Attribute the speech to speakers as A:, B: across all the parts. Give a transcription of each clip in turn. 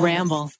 A: Ramble.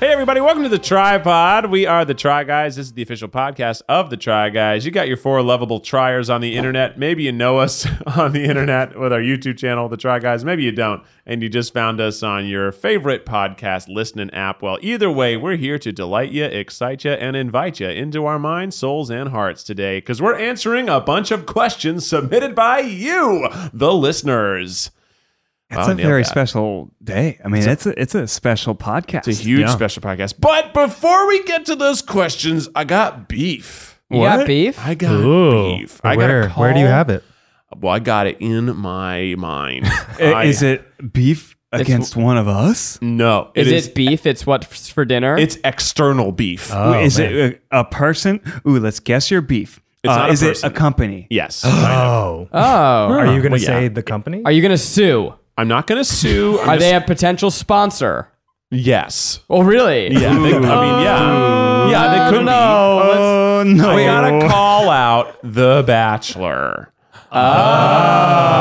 B: Hey, everybody, welcome to the Tripod. We are the Try Guys. This is the official podcast of the Try Guys. You got your four lovable triers on the internet. Maybe you know us on the internet with our YouTube channel, The Try Guys. Maybe you don't, and you just found us on your favorite podcast listening app. Well, either way, we're here to delight you, excite you, and invite you into our minds, souls, and hearts today because we're answering a bunch of questions submitted by you, the listeners.
C: That's
B: Wow,
C: a
B: nailed
C: very
B: that.
C: special day. I mean, it's a, it's a special podcast.
B: It's a huge special podcast. But before we get to those questions, I got beef.
D: You got beef?
B: I got beef. I
E: where?
B: got a
E: where do you
B: call-
E: have it?
B: Well, I got it in my mind.
C: I-
B: I-
C: Is it beef against one of us?
B: No,
D: Is
B: it
D: it
B: is.
D: beef? It's what's for dinner?
B: it's external beef.
E: Oh,
C: is
E: man.
C: it a, a person? Ooh, let's guess your beef. Uh,
B: It's not a
C: is
B: person.
C: it a company?
B: yes,
E: Oh,
D: oh.
E: are you going to
B: Well, yeah.
E: say the company?
D: Are you going to sue?
B: I'm not going to sue. I'm
D: Are they
B: just-
D: a potential sponsor?
B: yes.
D: Oh, really?
B: Yeah, they- I mean, yeah,
D: Oh.
B: yeah, they could be.
C: Oh no!
B: We gotta call out The Bachelor.
C: Oh.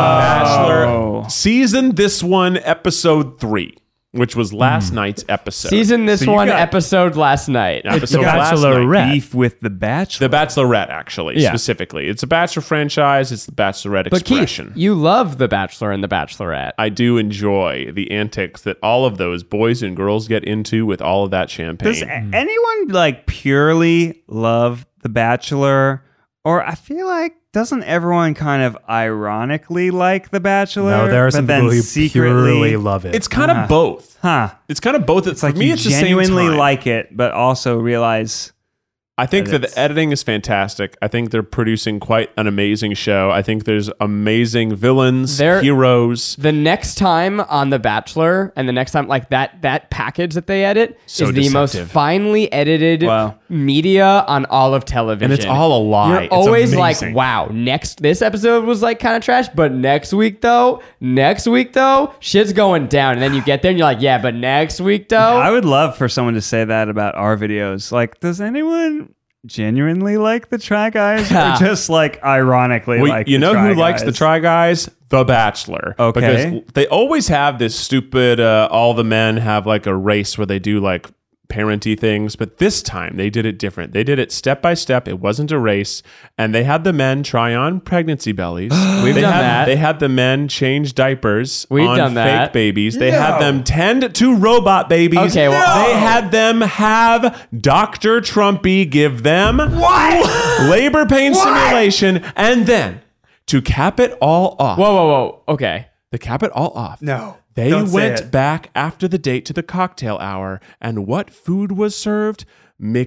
B: Bachelor season this one, episode three, which was last night's episode.
D: Hmm. Season this
C: So you
D: one,
C: got-
D: episode last night.
B: episode
E: The
B: last night.
E: Bachelorette.
C: beef with the
B: The
C: Bachelor.
B: Bachelorette, actually,
E: Yeah.
B: specifically. It's a Bachelor franchise. It's the Bachelorette
D: But Keith,
B: expression.
D: you love The Bachelor and The Bachelorette.
B: I do enjoy the antics that all of those boys and girls get into with all of that champagne.
C: Does a- anyone like purely love the Bachelor, or I feel like doesn't everyone kind of ironically like the Bachelor?
E: no, there are
C: but
E: some
C: then
E: people who
C: secretly,
E: purely love it.
B: it's kind of both.
C: huh?
B: It's kind of both.
C: Ah. It's like
B: for me,
C: you
B: it's
C: genuinely
B: the same time.
C: like it, but also realize
B: I think that
C: edits.
B: the editing is fantastic. I think they're producing quite an amazing show. I think there's amazing villains,
D: They're-
B: heroes.
D: The next time on The Bachelor and the next time, like that that package that they edit
B: So
D: is the
B: deceptive.
D: most finely edited
C: Wow.
D: media on all of television.
B: And it's all a lie.
D: You're
B: It's
D: always
B: amazing.
D: like, wow, next this episode was like kind of trash, but next week though, next week though, shit's going down. And then you get there and you're like, yeah, but next week
C: I
D: though,
C: would love for someone to say that about our videos. Like, does anyone genuinely like the Try Guys, or just like ironically
B: Well,
C: like
B: you
C: the
B: know
C: Try
B: who likes the
C: Guys?
B: Try Guys? The Bachelor.
C: Okay.
B: Because they always have this stupid, uh, all the men have like a race where they do like parenty things, but this time they did it different. They did it step by step. It wasn't a race. And they had the men try on pregnancy bellies. We've they
D: done
B: had,
D: that.
B: They had the men change diapers
D: We've
B: on
D: done
B: fake
D: that.
B: babies. They had them tend to robot babies.
D: Okay, well-
B: they had them have Dr. Trumpy give them what? labor pain simulation and then to cap it all off.
D: whoa, whoa, whoa, okay.
B: to cap it all off.
E: no.
B: They
E: Don't say
B: went
E: it.
B: back after the date to the cocktail hour, and what food was served?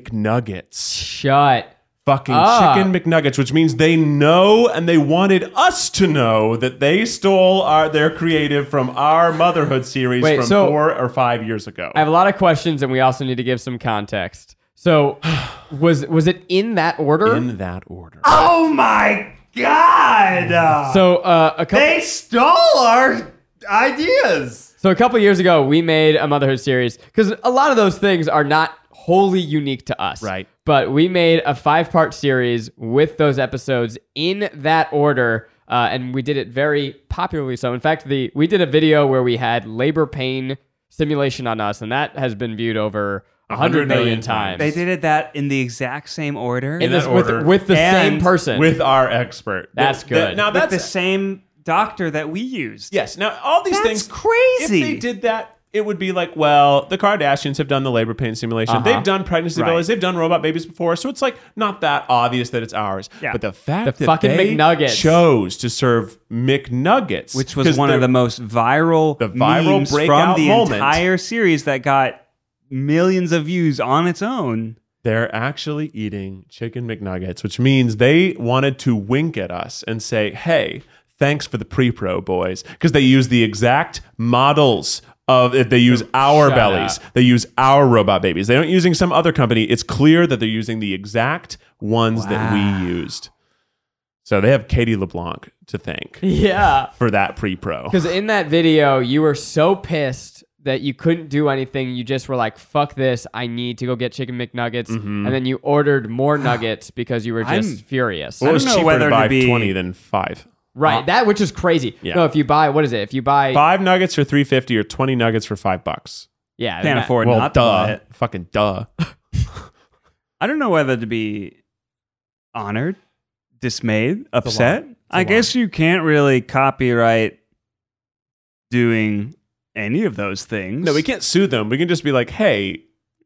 B: McNuggets.
D: Shut.
B: Fucking
D: Ah.
B: chicken McNuggets, which means they know and they wanted us to know that they stole our their creative from our motherhood series
D: Wait,
B: from
D: so-
B: four or five years ago.
D: I have a lot of questions, and we also need to give some context. So, was was it in that order?
B: in that order.
C: Oh my god!
D: so, uh, a couple.
C: stole our ideas.
D: So a couple years ago, we made a motherhood series because a lot of those things are not wholly unique to us.
B: Right.
D: But we made a five part series with those episodes in that order. Uh, and we did it very popularly. So, in fact, the we did a video where we had labor pain simulation on us, and that has been viewed over 100 million times.
C: They did it that in the exact same order.
D: in
B: that
D: this, with,
B: order.
D: with the same
C: And
D: person.
B: with our expert.
D: That's
B: Th- th-
D: good.
B: Now
C: with
B: that's
C: the same doctor that we used.
B: yes. Now all these
C: That's
B: things
C: crazy.
B: If they did that, it would be like, well, the Kardashians have done the labor pain simulation. They've done pregnancy
C: Uh-huh. Right.
B: bellies. They've done robot babies before, so it's like not that obvious that it's ours.
C: Yeah.
B: But the fact
D: The
B: that
D: fucking
B: they
D: McNuggets.
B: chose to serve McNuggets,
C: Which was one of the most viral,
B: The viral
C: memes
B: breakout
C: from the
B: moment.
C: entire series that got millions of views on its own.
B: They're actually eating chicken McNuggets, which means they wanted to wink at us and say, hey, thanks for the pre pro boys. Because they use the exact models of if they
C: Oh,
B: use our
D: Shut
B: bellies,
D: up.
B: they use our robot babies. They aren't using some other company. It's clear that they're using the exact ones that we used. So they have Katie LeBlanc to thank
D: yeah.
B: for that pre pro.
D: Because in that video, you were so pissed that you couldn't do anything. You just were like, fuck this. I need to go get chicken McNuggets.
B: Mm-hmm.
D: And then you ordered more nuggets because you were just
C: I'm-
D: furious.
B: Well, it was
C: don't know
B: cheaper
C: whether
B: to
C: to
B: buy
C: be-
B: 20 than five.
D: Right. that which is crazy.
B: Yeah.
D: No, if you buy what is it? If you buy
B: Five nuggets for three fifty, or twenty nuggets for five bucks.
D: yeah,
C: Can't
D: that-
C: afford
B: well,
C: not to buy
B: duh,
C: it.
B: fucking duh.
C: I don't know whether to be honored, dismayed, upset. I
B: lot.
C: guess you can't really copyright doing any of those things.
B: No, we can't sue them. We can just be like, hey,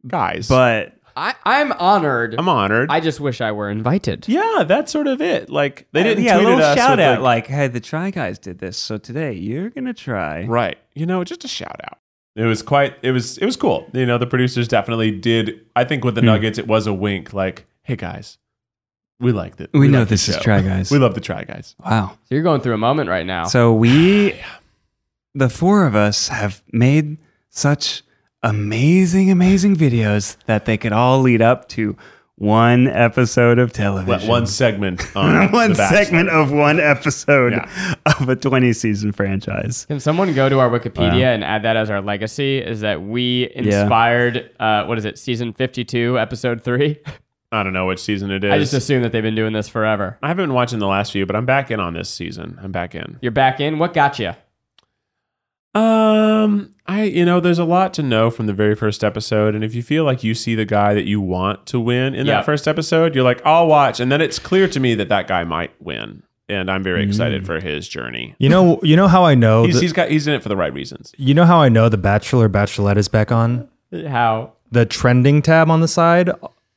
B: guys,
C: But
D: I, I'm honored.
B: I'm honored.
D: I just wish I were invited.
B: yeah, that's sort of it. Like they didn't
C: yeah, a
B: tweet
C: little
B: at us
C: shout
B: with,
C: out
B: like,
C: like, hey, the Try Guys did this, so today you're gonna try.
B: Right. You know, just a shout out. It was quite it was it was cool. You know, the producers definitely did I think with the Nuggets it was a wink like, "Hey guys, we liked it.
C: We know
B: like the
C: this is
B: show.
C: Try Guys.
B: we love the Try Guys."
C: Wow.
D: So you're going through a moment right now.
C: So we, the four of us, have made such amazing, amazing videos that they could all lead up to one episode of
B: Well,
C: television.
B: one segment on
C: one
B: The Bachelor.
C: segment of one episode
B: Yeah.
C: of a 20 season franchise.
D: Can someone go to our Wikipedia and add that as our legacy? Is that we inspired uh, what is it, season fifty two, episode three?
B: I don't know which season it is.
D: I just assume that they've been doing this forever.
B: I haven't been watching the last few, but I'm back in on this season. I'm back in.
D: You're back in. What got you?
B: Um, I you know, there's a lot to know from the very first episode, and if you feel like you see the guy that you want to win in
D: Yeah.
B: that first episode, you're like, I'll watch, and then it's clear to me that that guy might win, and I'm very
C: Mm.
B: excited for his journey.
A: You know, you know how I know.
B: He's,
A: The,
B: he's got he's in it for the right reasons.
A: you know how I know the Bachelor Bachelorette is back on.
D: How
A: The trending tab on the side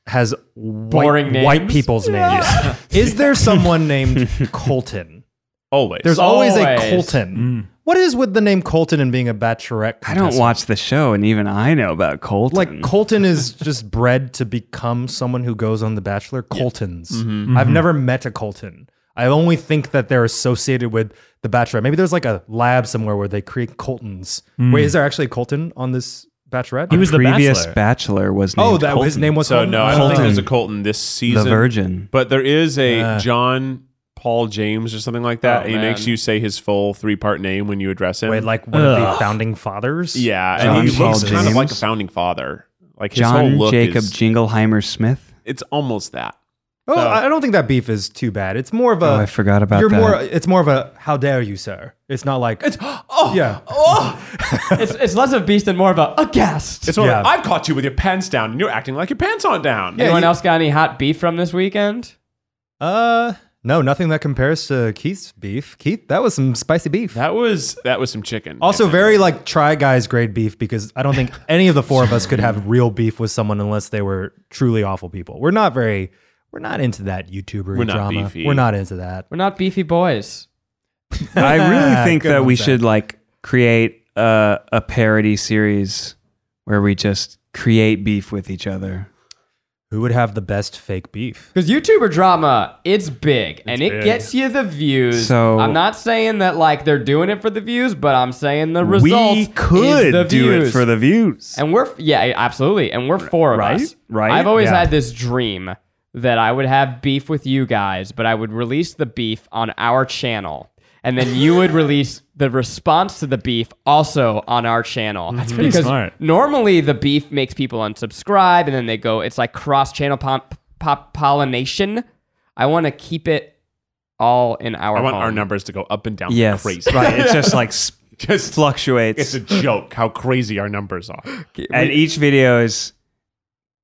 A: has white,
D: Boring names.
A: white people's names. is there someone named Colton?
B: Always.
A: There's always,
D: Always.
A: a Colton. What is with the name Colton and being a Bachelorette?
C: I don't
A: contestant?
C: watch the show, and even I know about Colton.
A: Like Colton is just bred to become someone who goes on The Bachelor. Coltons.
B: Mm-hmm.
A: I've never met a Colton. I only think that they're associated with The Bachelorette. Maybe there's like a lab somewhere where they create Coltons. Wait, is there actually a Colton on this Bachelorette?
E: He was the
C: previous
E: bachelor.
C: bachelor was named
A: oh, that his
C: Colton,
A: name was
B: so
A: Colton?
B: no, I don't think
C: Colton.
B: there's a Colton this
C: the
B: season.
C: Virgin.
B: But there is a John Paul James or something like that.
D: Oh,
B: and he
D: man.
B: makes you say his full three part name when you address him.
A: Wait, like one of the founding fathers.
B: yeah,
C: John
B: and he
C: Paul
B: looks kind of
C: James.
B: like a founding father. Like his whole
C: John
B: look
C: Jacob
B: is,
C: Jingleheimer Smith.
B: it's almost that.
A: Oh,
B: So-
A: I I don't think that beef is too bad. It's more of a.
C: Oh, I forgot about
A: you're
C: that.
A: more. It's more of a. How dare you, sir? It's not like. It's,
B: Oh,
A: yeah.
D: it's, it's less of beast and more of a aghast.
B: It's more
A: Yeah.
B: like, I've caught you with your pants down and you're acting like your pants aren't down.
D: Anyone else got any hot beef from this weekend?
A: Uh, no, nothing that compares to Keith's beef. Keith, that was some spicy beef.
B: That was that was some chicken.
A: also, very like try guys grade beef because I don't think any of the four of us could have real beef with someone unless they were truly awful people. We're not very. We're not into that YouTuber
B: We're not
A: drama.
B: beefy.
A: We're not into that.
D: We're not beefy boys.
C: I really think
A: Good
C: that
A: one,
C: we
A: Zach.
C: should like create a, a parody series where we just create beef with each other.
A: Who would have the best fake beef?
D: Because YouTuber drama, it's big and it
A: big.
D: gets you the views.
C: So-
D: I'm not saying that like they're doing it for the views, but I'm saying the result
C: we could
D: is the
C: do
D: views.
C: it for the views.
D: and we're yeah absolutely, and we're four of
C: Right?
D: us.
C: Right?
D: I've always
A: Yeah.
D: had this dream that I would have beef with you guys, but I would release the beef on our channel. And then you would release the response to the beef also on our channel. That's
E: pretty smart.
D: Normally, the beef makes people unsubscribe, and then they go. It's like cross-channel pop, pop pollination. I want to keep it all in our.
B: I want
D: home.
B: our numbers to go up and down
C: yes,
B: crazy.
C: right. It just like s-
B: Just It's
C: fluctuates.
B: a joke how crazy our numbers are.
C: and each video is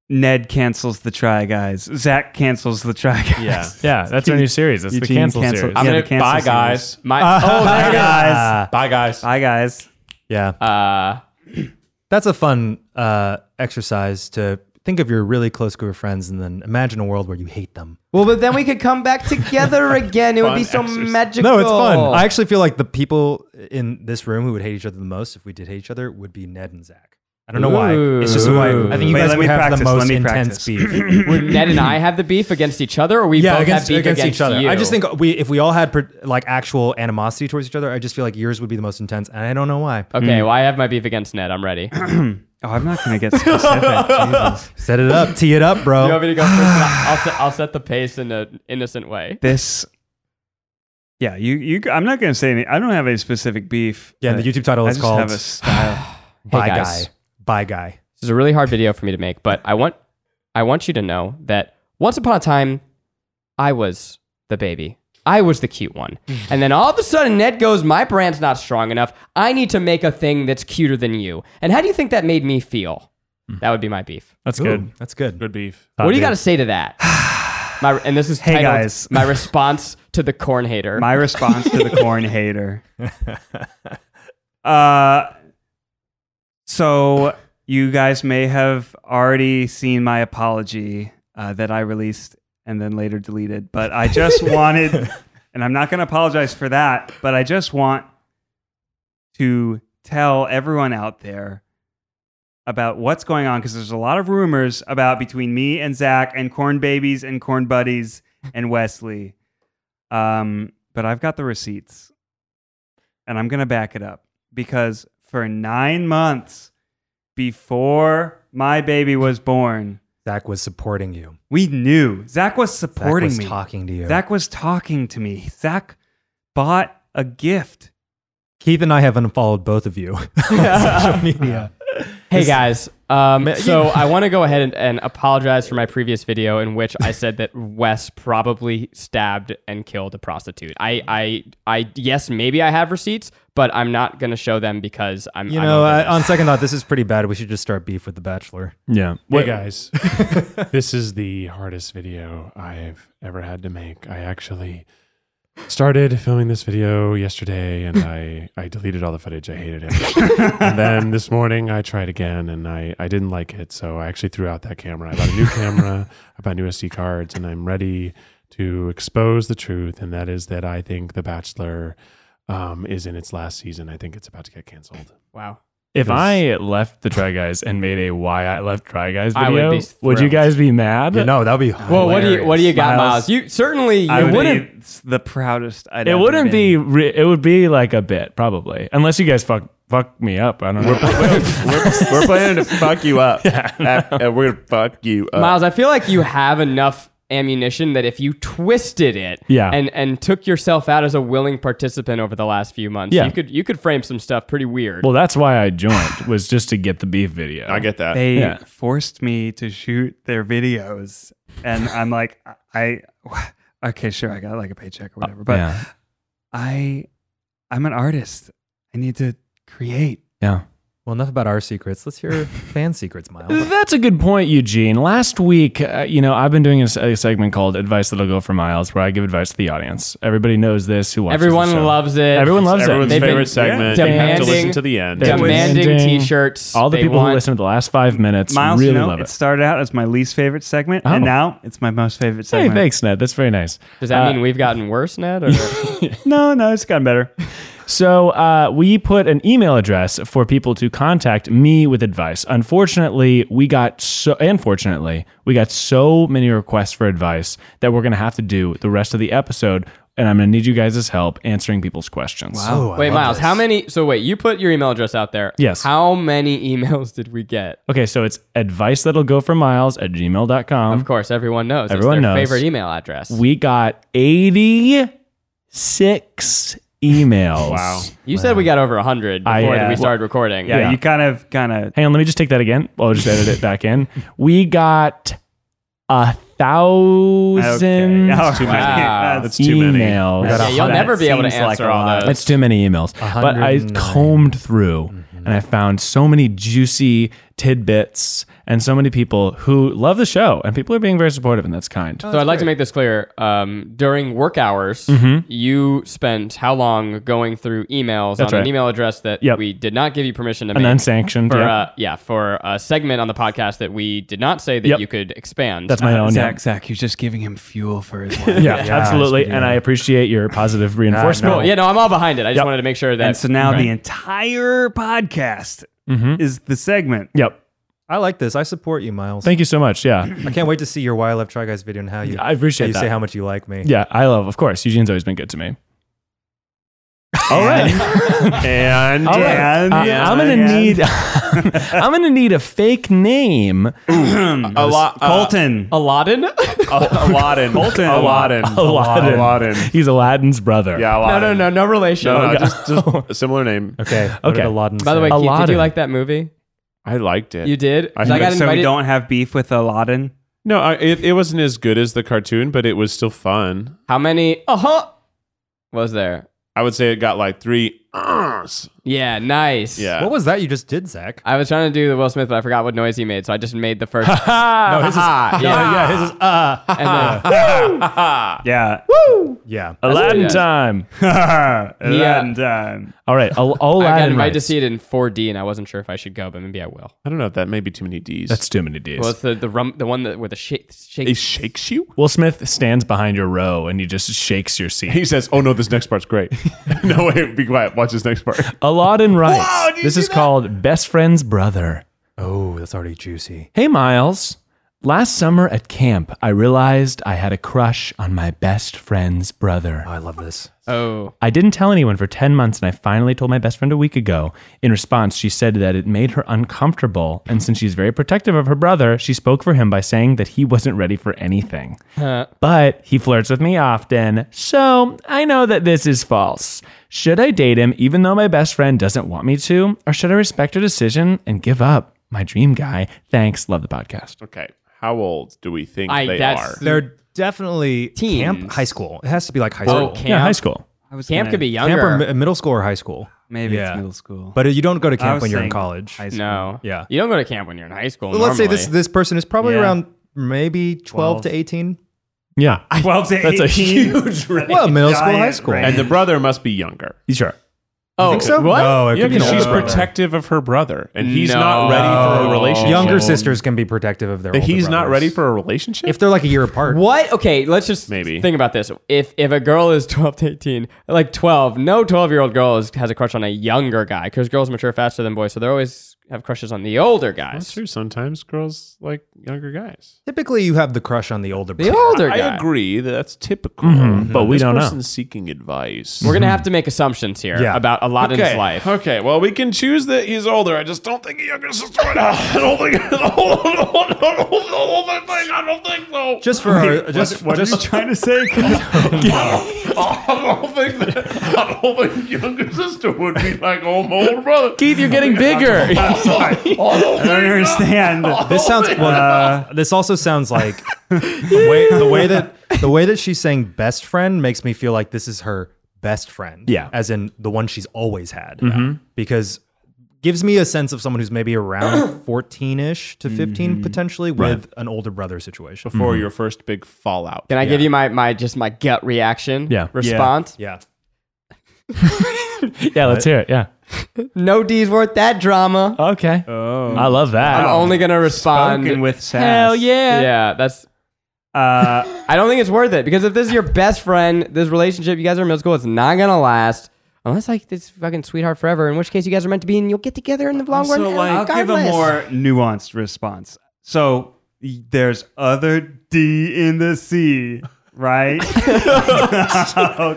C: Ned cancels the try guys. Zach cancels the try guys.
B: Yeah.
E: Yeah, that's our new series. That's the
C: Eugene
E: cancel
C: cancel-
E: series.
C: I'm
E: Yeah.
C: gonna- the cancel
B: bye
C: series.
B: guys.
D: My
A: Ah.
D: oh, there it is.
A: Ah.
B: Bye guys.
C: Hi guys.
A: Yeah,
D: Uh,
A: that's a fun uh, exercise to think of your really close group of friends and then imagine a world where you hate them.
D: well, but then we could come back together again. It would be so
B: exercise.
D: magical.
A: No, it's fun. I actually feel like the people in this room who would hate each other the most, if we did hate each other, would be Ned and Zach. I don't know why. It's just who I, I think you
C: Wait,
A: guys
C: let
A: would
C: me
A: have the
C: practice,
A: most
C: let me
A: intense
C: practice.
A: beef.
D: Would Ned and I have the beef against each other, or we
A: yeah,
D: both have
A: against,
D: beef
A: against,
D: against,
A: each other.
D: you?
A: I just think we, if we all had per, like actual animosity towards each other, I just feel like yours would be the most intense, and I don't know why.
D: Okay, well, I have my beef against Ned. I'm ready. you
C: Oh, I'm not gonna get specific. Jesus.
A: Set it up, tee it up, bro.
D: want me to go first? I'll, I'll, set, I'll set the pace in an innocent way.
C: This. Yeah, you you. I'm not gonna say any. I don't have any specific beef.
A: yeah,
C: but
A: the YouTube title
C: I
A: is
C: just
A: called
C: have a style.
A: "Bye
D: guys.
A: Guy." Bye guy.
D: This is a really hard video for me to make, but I want I want you to know that once upon a time, I was the baby. I was the cute one. and then all of a sudden, Ned goes, My brand's not strong enough. I need to make a thing that's cuter than you. And how do you think that made me feel? That would be my beef.
C: Hmm. That's
A: Ooh,
C: good.
A: That's good.
B: Good beef.
D: what do you
C: dude.
D: got to say to that? My, and this is
C: Hey,
D: titled,
C: guys.
D: my response to the corn hater.
C: My response to the corn hater. Uh, so you guys may have already seen my apology uh, that I released and then later deleted, but I just wanted, and I'm not going to apologize for that, but I just want to tell everyone out there about what's going on because there's a lot of rumors about between me and Zach and corn babies and corn buddies and Wesley. Um, but I've got the receipts and I'm going to back it up because for nine months before my baby was born,
A: Zach was supporting you.
C: we knew Zach was
A: Zach
C: supporting
A: was
C: me.
A: talking to you.
C: Zach was talking to me. Zach bought a gift.
A: Keith and I have unfollowed both of you on social media.
D: Hey guys, um, so I want to go ahead and, and apologize for my previous video in which I said that Wes probably stabbed and killed a prostitute. I, I, I, yes, maybe I have receipts, but I'm not going to show them because I'm.
A: You
D: I'm
A: know,
D: over
A: uh,
D: this.
A: on second thought, this is pretty bad. We should just start beef with The Bachelor.
C: Yeah.
B: Hey guys, this is the hardest video I've ever had to make. I actually started filming this video yesterday and I, I deleted all the footage. I hated it. and then this morning I tried again and I, I didn't like it. So I actually threw out that camera. I bought a new camera, I bought new SD cards, and I'm ready to expose the truth. And that is that I think The Bachelor um, is in its last season. I think it's about to get canceled.
D: wow.
E: If I left the Try Guys and made a why I left Try Guys
D: I would
E: video,
D: be
E: would, you
D: thrilled.
E: guys be mad?
A: You know, that'd be
D: Well, what do you, what do you got,
C: Miles.
D: Miles? You certainly you
C: I would
D: wouldn't.
C: be the proudest I'd
E: it
C: ever been.
E: wouldn't be. Re- it would be like a bit probably, unless you guys fuck fuck me up. I don't know.
B: we're, we're planning to fuck you up. Uh, we're gonna fuck you up.
D: Miles, I feel like you have enough ammunition that if you twisted it
E: Yeah.
D: and and took yourself out as a willing participant over the last few months,
E: Yeah.
D: you could you could frame some stuff pretty weird.
E: well, that's why I joined was just to get the beef video.
B: I get that.
C: They
E: Yeah.
C: forced me to shoot their videos, and I'm like, I okay, sure, I got like a paycheck or whatever, but
E: yeah,
C: I I'm an artist. I need to create.
E: yeah.
A: Well, enough about our secrets. Let's hear fan secrets, Miles.
E: That's a good point, Eugene. Last week, uh, you know, I've been doing a, s- a segment called "Advice That'll Go for Miles," where I give advice to the audience. Everybody knows this. Who watches
D: Everyone
E: the show.
D: loves it.
E: Everyone loves
B: Everyone's
E: it.
D: They've been
B: favorite segment.
D: yeah,
B: You have to
D: demanding-
B: listen to the end.
E: They've been
D: demanding
E: demanding-
D: t-shirts.
E: All the
D: They
E: people
D: want-
E: who listen to the last five minutes
C: Miles,
E: really
C: you know,
E: love
C: it.
E: it.
C: started out as my least favorite segment, and
E: Oh.
C: now it's my most favorite
E: Hey,
C: segment.
E: thanks, Ned. That's very nice.
D: Does that
E: Uh,
D: mean we've gotten worse, Ned? Or?
C: No, no, it's gotten better.
E: So uh, we put an email address for people to contact me with advice. Unfortunately, we got so, and fortunately, we got so many requests for advice that we're going to have to do the rest of the episode, and I'm going to need you guys' help answering people's questions.
A: Oh, I
D: wait,
A: love
D: Miles,
A: this.
D: how many? So wait, you put your email address out there.
E: Yes.
D: How many emails did we get?
E: Okay, so it's advice that'll go for miles at gmail.com.
D: Of course, everyone knows.
E: Everyone
D: it's their
E: knows.
D: favorite email address.
E: We got 86 emails.
B: Wow.
D: you said we got over hundred before
E: I, uh,
D: we started recording.
C: Yeah,
E: Yeah.
C: you kind of, kind of.
E: Hang on, let me just take that again. I'll just edit it back in. We got a thousand
C: All right.
D: Wow.
C: Oh, That's-
B: That's too many.
E: emails.
A: We got
D: Yeah,
A: a
D: you'll
A: hundred.
D: never be able to
C: Seems like
D: answer
C: a
D: all
C: lot.
D: those.
E: That's too many emails. But I
A: 109.
E: combed through and I found so many juicy tidbits and so many people who love the show and people are being very supportive and that's kind.
D: So I'd like to make this clear. Um, during work hours, you spent how long going through emails
E: That's
D: on
E: right.
D: an email address that
E: Yep.
D: we did not give you permission to
E: An
D: make
E: unsanctioned.
D: for
E: yeah.
D: uh, yeah for a segment on the podcast that we did not say that
E: Yep.
D: you could expand.
E: that's
C: uh,
E: my own. yeah.
C: Zach, Zach, you're just giving him fuel for his wine.
E: Yeah,
A: Yeah,
E: absolutely.
A: it's pretty
E: And I appreciate your positive reinforcement.
D: Cool. Yeah, no, I'm all behind it. I just wanted to make sure that
C: And so now the entire podcast is the segment.
E: Mm-hmm. Yep.
A: I like this. I support you, Miles.
E: Thank you so much. Yeah.
A: I can't wait to see your Why I Left Try Guys video and how you,
E: I appreciate
A: you
E: that.
A: say how much you like me.
E: Yeah, I love, of course. Eugene's always been good to me.
C: All right.
B: And
E: All right.
C: Dan,
E: Uh,
C: Dan,
E: I'm gonna
C: Dan.
E: need. I'm gonna need a fake name.
B: a lot.
D: uh,
C: Colton.
D: Aladdin. Oh.
B: Aladdin. Colton. Aladdin.
E: Aladdin.
B: Aladdin.
E: He's Aladdin's brother.
B: Yeah,
D: no,
B: Aladdin.
D: no, no, no relation.
B: No, no, just, just a similar name.
A: Okay. What
E: Okay.
A: did Aladdin
D: By the
A: say?
D: way, Keith, did
E: Aladdin.
D: you like that movie?
B: I liked it.
D: You did.
B: I
D: 'Cause got
C: so we
D: invited-
C: don't have beef with Aladdin.
B: No, I, it, it wasn't as good as the cartoon, but it was still fun.
D: How many? Uh huh. was there?
B: I would say it got like three. uhs.
D: Yeah, nice.
B: Yeah.
A: What was that you just did, Zach?
D: I was trying to do the Will Smith, but I forgot what noise he made, so I just made the first.
B: Ah,
A: no, his is,
D: ha,
A: no,
D: yeah.
A: yeah, his is, uh,
D: and then- Ah.
C: Yeah.
A: yeah.
E: Aladdin
D: good.
E: time.
C: Aladdin time.
E: All right.
D: I
E: Al-
D: got
E: Aladdin.
D: invited to
E: writes-
D: see it in 4D, and I wasn't sure if I should go, but maybe I will.
B: I don't know if that may be too many D's.
E: That's too many D's.
D: Well, it's the the rum, the one that with the shake, shake.
B: he shakes you.
E: Will Smith stands behind your row and he just shakes your seat.
B: He says, "Oh no, this next part's great." no, wait, be quiet. Watch this next part.
E: Aladdin writes.
B: Wow, did you
E: this
B: see
E: is
B: that?
E: called Best Friend's Brother.
A: Oh, that's already juicy.
E: Hey, Miles. Last summer at camp, I realized I had a crush on my best friend's brother.
A: Oh, I love this.
D: oh,
E: I didn't tell anyone for 10 months, and I finally told my best friend a week ago. In response, she said that it made her uncomfortable, and since she's very protective of her brother, she spoke for him by saying that he wasn't ready for anything. But he flirts with me often, so I know that this is false. Should I date him even though my best friend doesn't want me to, or should I respect her decision and give up? My dream guy. Thanks. Love the podcast.
B: Okay, how old do we think
D: I
B: they
D: that's
B: are?
A: They're definitely
D: Teens.
A: camp high school. It has to be like high
D: oh
A: school.
D: camp.
E: Yeah, high school.
C: I was
D: Camp
C: gonna-
D: could be
A: Camp or
D: younger.
A: mi- middle school or high school.
C: Maybe
A: Yeah.
C: it's middle school.
A: But you don't go to
C: I
A: camp
C: was
A: when you're in
C: saying
A: college.
C: high school.
D: no,
A: Yeah.
D: you don't go to camp when you're in high school.
A: Well, let's say this
D: normally.
A: this person is probably
C: Yeah.
A: around maybe 12, to 18.
E: Yeah.
C: 12 to
E: That's a
C: 18.
E: huge range.
A: Well, middle school,
C: Giant
A: high school.
C: range.
B: and the brother must be younger.
E: Sure.
D: Oh,
A: think so?
D: what?
A: No, it
B: Yeah,
A: could be
B: because
A: an
B: she's
A: older brother.
B: protective of her brother, and he's
D: No.
B: not ready for a relationship.
A: Younger sisters can be protective of their
B: That
A: older
B: Uh, he's not
A: brothers.
B: ready for a relationship.
A: If they're like a year apart.
D: What? Okay, let's just
B: Maybe.
D: think about this. If if a girl is 12 to 18, like 12, no 12 year old girl is, has a crush on a younger guy because girls mature faster than boys, so they always have crushes on the older
B: that's
D: guys.
B: true. Sometimes girls like younger guys.
A: Typically, you have the crush on the older
D: The
A: brother.
D: older
B: I
D: guy.
B: agree that that's typical,
A: Mm-hmm,
B: Mm-hmm.
E: but we
B: this
E: don't know.
B: person's seeking advice.
D: We're gonna have to make assumptions here
A: Yeah.
D: about a lot in
B: okay.
D: his life.
B: Okay, well, we can choose that he's older. I just don't think a younger sister would have. I don't think. I don't think. I don't think so.
A: Just for our, just,
C: What
A: just
C: are you trying to say?
B: I don't think that. I don't think younger sister would be like, oh, my older brother.
E: Keith, you're getting bigger.
C: Oh, I don't understand.
A: This sounds well. this also sounds like the way the way that the way that she's saying best friend makes me feel like this is her best friend.
E: Yeah.
A: as in the one she's always had. Because gives me a sense of someone who's maybe around fourteen ish to 15 potentially with an older brother situation.
B: Before your first big fallout.
D: Can I give you my, my just my gut reaction?
E: Yeah.
D: Response.
A: Yeah,
E: yeah, let's hear it. Yeah.
D: No D's worth that drama.
E: Okay.
C: Oh.
E: I love that.
D: I'm only gonna respond.
C: Spoken with sass.
E: Hell yeah.
D: yeah, that's.
C: Uh,
D: I don't think it's worth it because if this is your best friend, this relationship you guys are in middle school, it's not gonna last unless like this fucking sweetheart forever. In which case, you guys are meant to be and you'll get together in the long
C: so
D: run.
C: like, I'll give a
D: regardless.
C: more nuanced response. So y- there's other D in the C, right? okay.
A: Oh,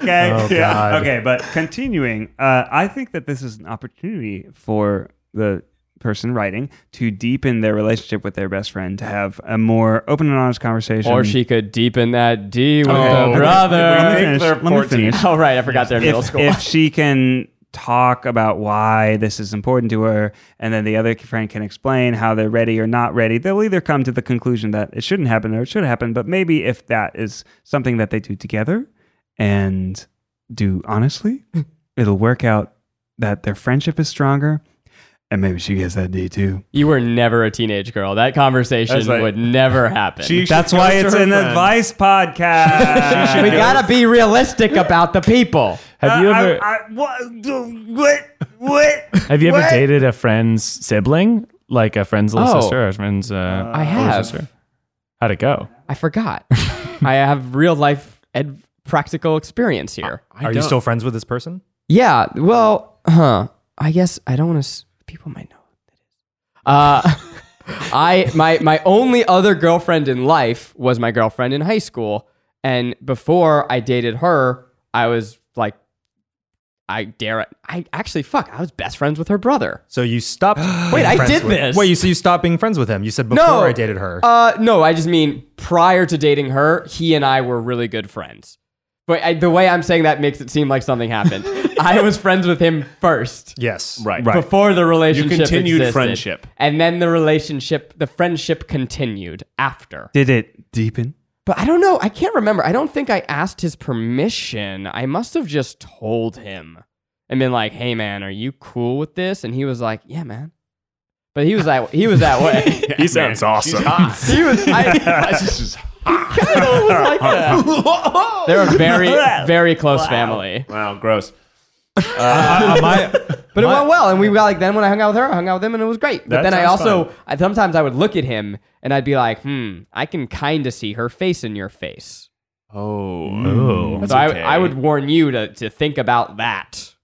A: God.
C: Okay, but continuing, uh, I think that this is an opportunity for the person writing to deepen their relationship with their best friend, to have a more open and honest conversation.
D: Or she could deepen that D with
B: Oh,
D: the
B: Let me
D: brother.
C: finish.
B: they're
C: Let me
B: 14.
C: finish.
D: Oh right, I forgot they're in middle
C: if,
D: school.
C: if she can talk about why this is important to her and then the other friend can explain how they're ready or not ready they'll either come to the conclusion that it shouldn't happen or it should happen but maybe if that is something that they do together and do honestly it'll work out that their friendship is stronger and maybe she gets that d too
D: you were never a teenage girl. That conversation
B: That's like-
D: would never happen.
B: She should
C: that's
B: go
C: why
B: to
C: it's
B: her
C: an
B: friend.
C: advice podcast
D: we gotta be realistic about the people.
E: Have you ever
C: Uh, I- I- what what what
E: have you ever
C: what?
E: dated a friend's sibling, like a friend's little
D: Oh.
E: sister or a friend's? Uh,
D: I have.
E: How'd it go?
D: I forgot. I have real life ed- practical experience here.
B: I
A: are you
B: don't-
A: still friends with this person?
D: Yeah. Well, huh. I guess I don't want to. S- people might know. what that is. Uh, I my my only other girlfriend in life was my girlfriend in high school, and before I dated her, I was like, I dare it. I actually fuck. I was best friends with her brother.
A: So you stopped.
D: Wait,
A: being
D: I
A: friends
D: did
A: with-
D: this.
A: Wait, you so you stopped being friends with him? You said before
D: No.
A: I dated her.
D: Uh, no, I just mean prior to dating her, he and I were really good friends. But I, the way I'm saying that makes it seem like something happened. I was friends with him first.
A: yes,
B: Right.
D: before the relationship
B: continued
D: existed.
B: friendship.
D: and then the relationship the friendship continued after
C: did it deepen
D: But I don't know. I can't remember. I don't think I asked his permission. I must have just told him and been like, "Hey, man, are you cool with this?" And he was like, "Yeah, man." But he was that he was that way.
E: He sounds awesome.
D: he was. I,
B: This is
D: kind of was like that. They're a very, very close family.
B: wow, gross.
A: Uh, my,
D: But it went well, and we got like then when I hung out with her, I hung out with him, and it was great.
B: That
D: But then I
B: sounds
D: also I, sometimes I would look at him and I'd be like, hmm, I can kind of see her face in your face.
B: Oh,
E: Oh.
D: so
B: okay.
D: I, I would warn you to to think about that.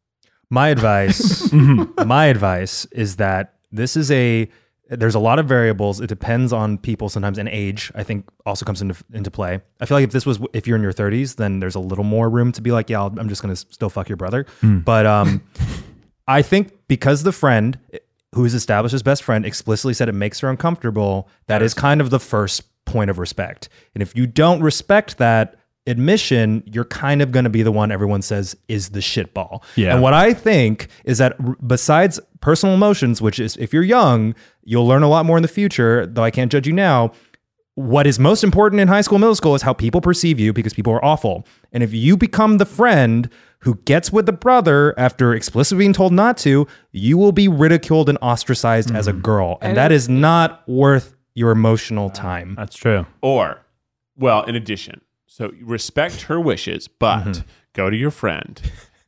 A: my advice, my advice is that this is a there's a lot of variables. It depends on people sometimes, and age I think also comes into into play. I feel like if this was if you're in your 30s, then there's a little more room to be like, yeah, I'll, I'm just gonna s- still fuck your brother.
D: Hmm.
A: But um, I think because the friend who is established as best friend explicitly said it makes her uncomfortable, that is kind of the first point of respect. And if you don't respect that admission, you're kind of going to be the one everyone says is the shitball.
E: Yeah.
A: And what I think is that r- besides personal emotions, which is if you're young, you'll learn a lot more in the future, though I can't judge you now what is most important in high school, middle school is how people perceive you because people are awful. And if you become the friend who gets with the brother after explicitly being told not to, you will be ridiculed and ostracized as a
D: Mm-hmm.
A: girl. And that is not worth your emotional time.
E: That's true.
B: Or, well, in addition, so respect her wishes, but go to your friend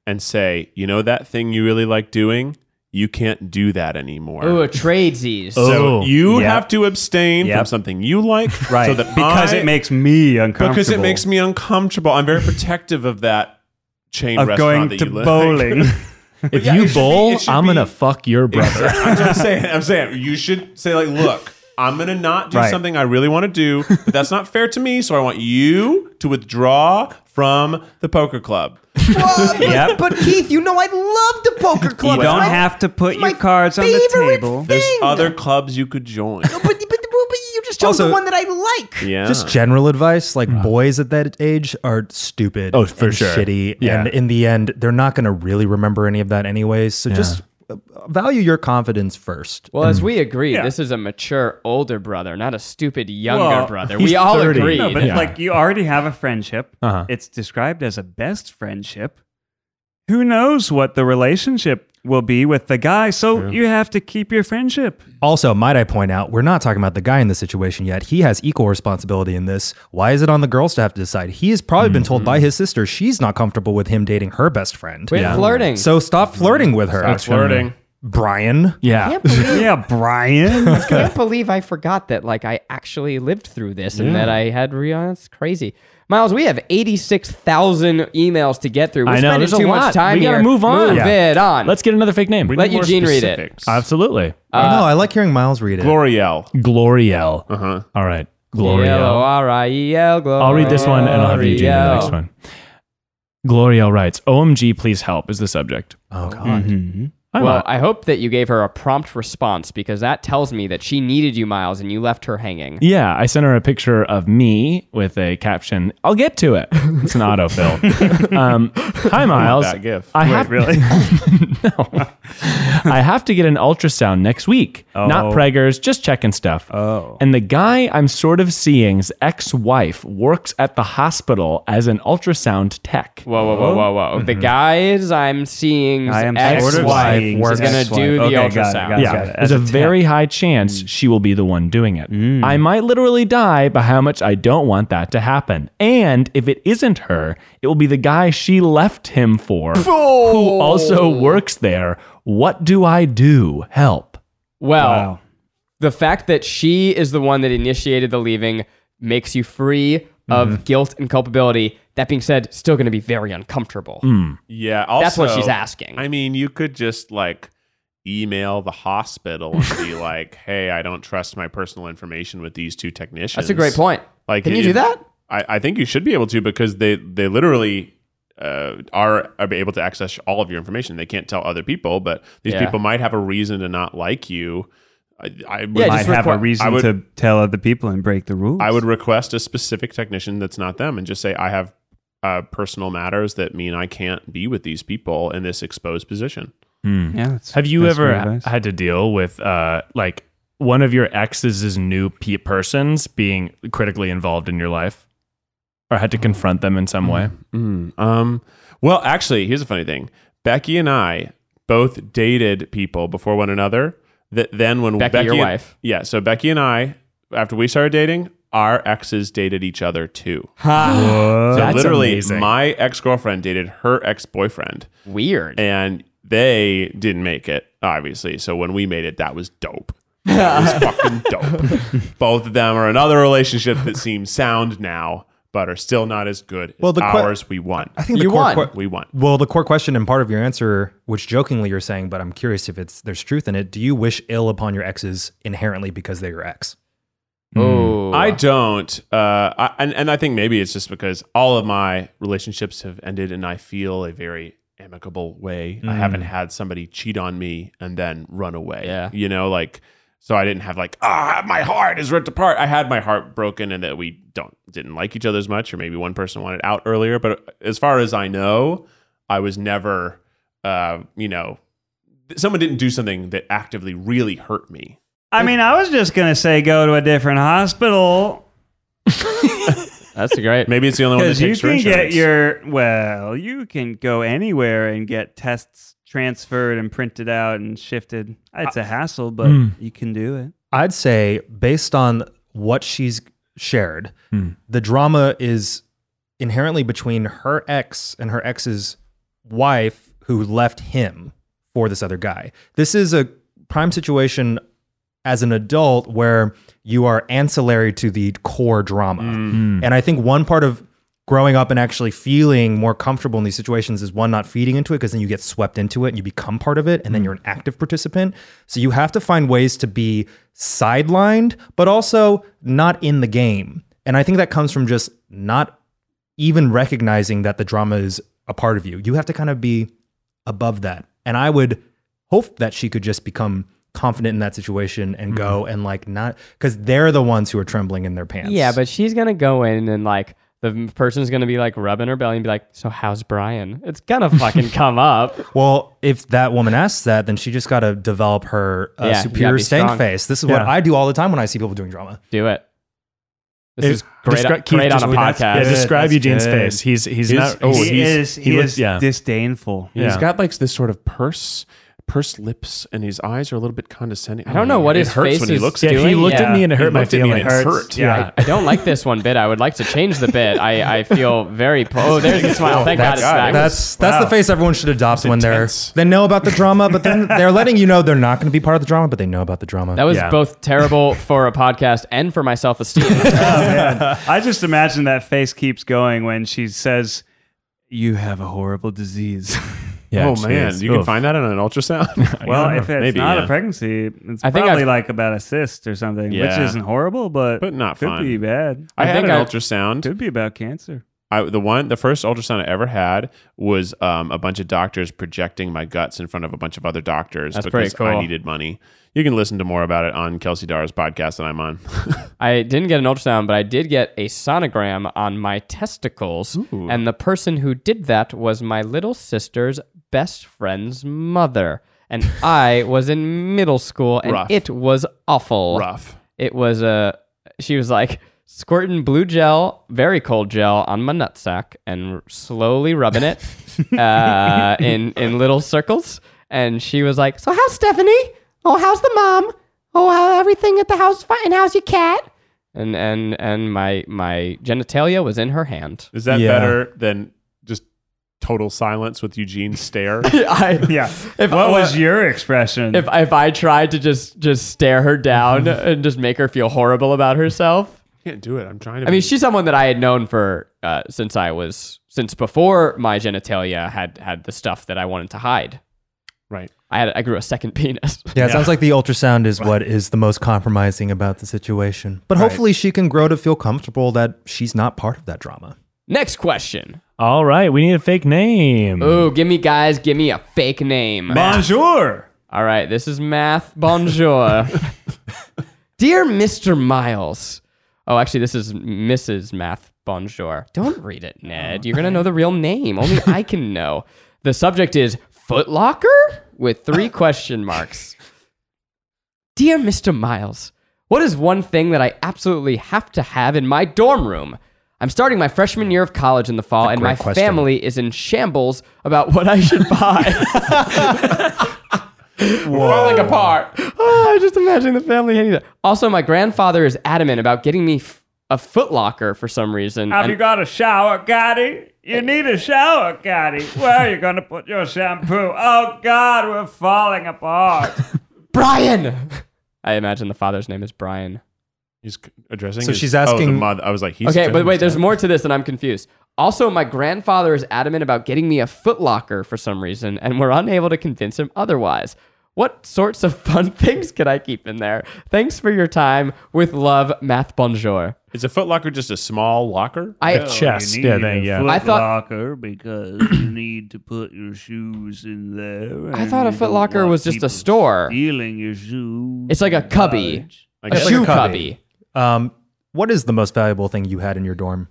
B: and say, you know that thing you really like doing? You can't do that anymore.
D: Ooh, a tradesies.
B: So
E: Oh,
B: you
C: yep.
B: have to abstain from
C: Yep.
B: something you like,
C: Right.
B: So that
C: because
B: I-
C: it makes me uncomfortable.
B: because it makes me uncomfortable. I'm very protective of that chain
C: of
B: restaurant
C: going
B: that
C: to
B: you like.
C: bowling.
E: If
B: yeah, it
E: you
B: should be-
E: bowl,
B: it should
E: I'm gonna
B: be-
E: fuck your brother.
B: I'm just saying. I'm saying you should say like, look, I'm gonna not do
C: Right.
B: something I really want to do, but that's not fair to me. So I want you to withdraw from the poker club.
C: yep.
D: but Keith, you know I love the poker
C: You
D: club.
C: don't
D: It's my-
C: have to put
D: my
C: your cards on the
D: favorite
C: table.
D: thing.
B: There's other clubs you could join.
D: But, but, but you just chose
A: Also-
D: the one that I like.
B: Yeah.
A: Just general advice like boys at that age are stupid.
E: Oh, for
A: and
E: sure.
A: Shitty.
E: Yeah.
A: And in the end, they're not going to really remember any of that anyways. So just uh, value your confidence first.
D: Well, as we agreed, this is a mature older brother, not a stupid younger
C: Well,
D: brother.
E: he's
D: We all
E: 30.
D: agreed.
E: No,
C: But
E: Yeah.
C: like you already have a friendship.
E: Uh-huh.
C: It's described as a best friendship. Who knows what the relationship will be with the guy? So you have to keep your friendship.
A: Also, might I point out, we're not talking about the guy in this situation yet. He has equal responsibility in this. Why is it on the girls to have to decide? He has probably been told
E: Mm-hmm.
A: by his sister she's not comfortable with him dating her best friend.
D: Quit flirting.
A: So stop flirting with her,
B: flirting.
A: Brian.
D: I
E: Yeah.
D: can't believe,
C: Yeah, Brian.
D: can't believe I forgot that like I actually lived through this and that I had Rihanna. It's crazy. Miles, we have 86,000 emails to get through. We're
E: I know,
D: spending
E: there's a
D: too
E: lot.
D: much time
E: We gotta
D: here.
E: move on.
D: Move
E: Yeah.
D: it on.
E: Let's get another fake name.
D: Let Eugene read it.
E: Absolutely.
A: no, I like hearing Miles read it.
B: Gloriel.
E: Gloriel. Uh-huh. All right. Gloriel.
D: L-O-R-I-E-L.
E: I'll read this one and I'll have Eugene in the next one. Gloriel writes, OMG, please help is the subject.
A: Oh God.
E: I'm
D: well,
E: not-
D: I hope that you gave her a prompt response because that tells me that she needed you, Miles, and you left her hanging.
E: yeah, I sent her a picture of me with a caption, I'll get to it. It's an autofill. um, hi, Miles.
B: That gif.
E: I have,
C: really?
E: I have to get an ultrasound next week. Not preggers, just checking stuff.
C: Oh.
E: And the guy I'm sort of seeing's ex wife works at the hospital as an ultrasound tech.
D: Whoa, whoa, whoa, whoa, whoa.
E: Mm-hmm.
D: The guys I'm seeing
C: I am sort of
D: ex-wife
C: seeing
D: is going to
C: ex-wife.
D: do the
C: Okay, got it,
D: ultrasound.
C: got it, got
E: Yeah,
C: it. As
E: there's a, Mm.
C: a
E: very high chance she will be the one doing it. I might literally die by how much I don't want that to happen. And if it isn't her, it will be the guy she left him for, who also works there. What do I do? Help.
D: Well,
C: Wow.
D: the fact that she is the one that initiated the leaving makes you free of
E: Mm-hmm.
D: guilt and culpability. That being said, still going to be very uncomfortable.
E: Mm.
B: Yeah. Also,
D: That's what she's asking.
B: I mean, you could just like email the hospital and be like, "Hey, I don't trust my personal information with these two technicians."
D: That's a great point.
B: Like,
D: Can you
B: it-
D: do that?
B: I, I think you should be able to because they they literally uh, are are able to access all of your information. They can't tell other people, but these
D: Yeah.
B: people might have a reason to not like you. I, I would,
D: Yeah,
C: Might
D: just
C: have
D: require-
C: a reason
B: I would-
C: to tell other people and break the rules.
B: I would request a specific technician that's not them and just say, "I have uh, personal matters that mean I can't be with these people in this exposed position."
C: Yeah. that's-
E: Have you
C: that's
E: ever
C: good advice.
E: had to deal with uh, like one of your exes' new pe- persons being critically involved in your life? or had to confront them in some way.
B: Um, well, actually, here's a funny thing. Becky and I both dated people before one another. That then when
D: Becky,
B: Becky
D: your
B: and-
D: wife.
B: yeah. So Becky and I, after we started dating, our exes dated each other too. so
E: That's
B: literally,
E: amazing.
B: my ex girlfriend dated her ex boyfriend,
D: Weird.
B: and they didn't make it, obviously. So when we made it, that was dope. That was fucking dope. Both of them are another relationship that seems sound now, but are still not as good as
A: Well, the que-
B: ours. we won.
A: I think
D: You
A: the core
D: won.
A: que-
B: we won.
A: well, the core question and part of your answer, which jokingly you're saying, but I'm curious if it's there's truth in it. Do you wish ill upon your exes inherently because they're your ex?
E: Mm.
D: Oh,
B: I don't, uh, I, and and I think maybe it's just because all of my relationships have ended, and I feel a very amicable way.
C: Mm.
B: I haven't had somebody cheat on me and then run away.
D: Yeah.
B: you know, like so I didn't have like ah my heart is ripped apart. I had my heart broken, and that we don't didn't like each other as much, or maybe one person wanted out earlier. But as far as I know, I was never, uh, you know, someone didn't do something that actively really hurt me.
C: I mean, I was just gonna say go to a different hospital
D: that's great.
B: Maybe it's the only one that
C: because you
B: takes
C: can
B: rich
C: get your well, you can go anywhere and get tests transferred and printed out and shifted. It's a hassle, but you can do it.
A: I'd say based on what she's shared,
D: Hmm.
A: the drama is inherently between her ex and her ex's wife who left him for this other guy. This is a prime situation as an adult where you are ancillary to the core drama.
D: Hmm. Mm.
A: And I think one part of growing up and actually feeling more comfortable in these situations is one not feeding into it because then you get swept into it and you become part of it
D: Mm.
A: and then you're an active participant. So you have to find ways to be sidelined but also not in the game. And I think that comes from just not even recognizing that the drama is a part of you. You have to kind of be above that. And I would hope that she could just become confident in that situation and
D: Mm.
A: go and like not because they're the ones who are trembling in their pants.
D: Yeah, but she's gonna go in and like the person's gonna be like rubbing her belly and be like, "So how's Brian?" It's gonna fucking come up.
A: Well, if that woman asks that, then she just got to develop her uh,
D: Yeah, you gotta
A: superior
D: be
A: stank
D: strong.
A: face. This is what
E: Yeah.
A: I do all the time when I see people doing drama.
D: Do it. This
E: It-
D: is great.
E: descri- Keith,
D: great on
E: just-
D: a
E: that's
D: podcast.
E: Yeah,
A: good.
E: describe
A: That's
E: Eugene's
A: good.
E: face. He's he's,
B: He's-
E: not.
B: oh,
E: he's-
B: he's-
C: he is he,
E: he looks-
C: is
E: yeah.
C: disdainful.
B: He's
E: Yeah.
B: got like this sort of purse, pursed lips, and his eyes are a little bit condescending. Oh,
D: I don't know what
B: it
D: his
B: hurts
D: face
B: when he
D: is
B: looks
E: Yeah,
B: at you.
E: he
D: doing-
E: looked at
D: yeah.
E: me and it
B: He
E: hurt my
B: looked at me and
E: feelings.
B: it hurts.
E: Yeah.
D: I don't like this one bit. I would like to change the bit. I, I feel very. Pro- oh, there's the smile. Thank God it's
B: God,
D: back.
B: That
A: That's that's the face everyone should adopt when
B: intense.
A: they're they know about the drama, but then they're letting you know they're not going to be part of the drama, but they know about the drama.
D: That was
E: Yeah.
D: both terrible for a podcast and for my self esteem.
C: I just imagine that face keeps going when she says, "You have a horrible disease."
E: Yeah,
B: oh
E: she
B: man,
E: is.
B: you can
E: Oof.
B: find that on an ultrasound.
C: well, if it's
B: Maybe,
C: not
B: yeah.
C: a pregnancy, it's
D: I think
C: probably
D: I've-
C: like about a cyst or something,
B: Yeah.
C: which isn't horrible, but
B: But not
C: could
B: fun.
C: be bad.
B: I,
D: I
B: had
D: think
B: an
D: I-
B: ultrasound.
C: Could be about cancer.
B: I, the one, the first ultrasound I ever had was um, a bunch of doctors projecting my guts in front of a bunch of other doctors
D: That's pretty
B: because I
D: cool.
B: needed money. You can listen to more about it on Kelsey Dar's podcast that I'm on.
D: I didn't get an ultrasound, but I did get a sonogram on my testicles. And the person who did that was my little sister's best friend's mother. And I was in middle school and
B: Rough.
D: it was awful.
B: Rough.
D: It was a, she was like squirting blue gel, very cold gel on my nutsack and slowly rubbing it uh, in, in little circles. And she was like, So how's Stephanie? Oh, how's the mom? Oh, how everything at the house fine? How's your cat? And and and my my genitalia was in her hand.
B: Is that
A: Yeah.
B: better than just total silence with Eugene's stare?
D: I,
C: Yeah.
D: If
C: what
D: I-
C: was your expression?
D: if if I tried to just just stare her down and just make her feel horrible about herself.
B: can't do it. I'm trying to.
D: I mean,
B: be-
D: she's someone that I had known for uh, since I was since before my genitalia had had the stuff that I wanted to hide.
B: right.
D: I had I grew a second penis.
A: yeah, it sounds like the ultrasound is what is the most compromising about the situation. But hopefully, she can grow to feel comfortable that she's not part of that drama.
D: Next question.
E: All right, we need a fake name.
D: Ooh, give me guys, give me a fake name.
C: Bonjour.
D: All right, this is math. Bonjour. Dear Mr. Miles. Oh, actually, this is Mrs. Math. Bonjour. Don't read it, Ned. You're going to know the real name. Only I can know. The subject is Footlocker with three question marks. Dear Mr. Miles, what is one thing that I absolutely have to have in my dorm room? I'm starting my freshman year of college in the fall, and my
A: great question.
D: family is in shambles about what I should buy. Falling apart. Oh. Ah, I just imagine the family hating it. Also, my grandfather is adamant about getting me f- a footlocker for some reason.
C: Have
D: and-
C: you got a shower, Gotti?
E: Eh.
C: You need a shower, Gotti. Where are you going to put your shampoo? Oh, God, we're falling apart.
D: Brian. I imagine the father's name is Brian.
B: He's c- addressing.
A: So
B: his-
A: she's
B: oh, the
A: asking-
B: mother. I was like, he's
D: Okay, but
B: addressing
D: wait,
B: his
D: there's
B: dad.
D: more to this, and I'm confused. Also, my grandfather is adamant about getting me a footlocker for some reason, and we're unable to convince him otherwise. What sorts of fun things can I keep in there? Thanks for your time. With love, Math Bonjour.
B: Is a footlocker just a small locker?
D: I
E: Chest. Yeah, thank you.
D: I thought-
F: locker because you need to put your shoes in there.
D: I thought a
F: and you don't
D: Footlocker
F: want
D: was just a
F: people
D: store.
F: Stealing your shoes.
D: It's like a
F: in
D: cubby.
F: college.
B: I
D: a
B: guess.
A: shoe
D: shoe
A: cubby.
D: cubby.
A: Um, what is the most valuable thing you had in your dorm?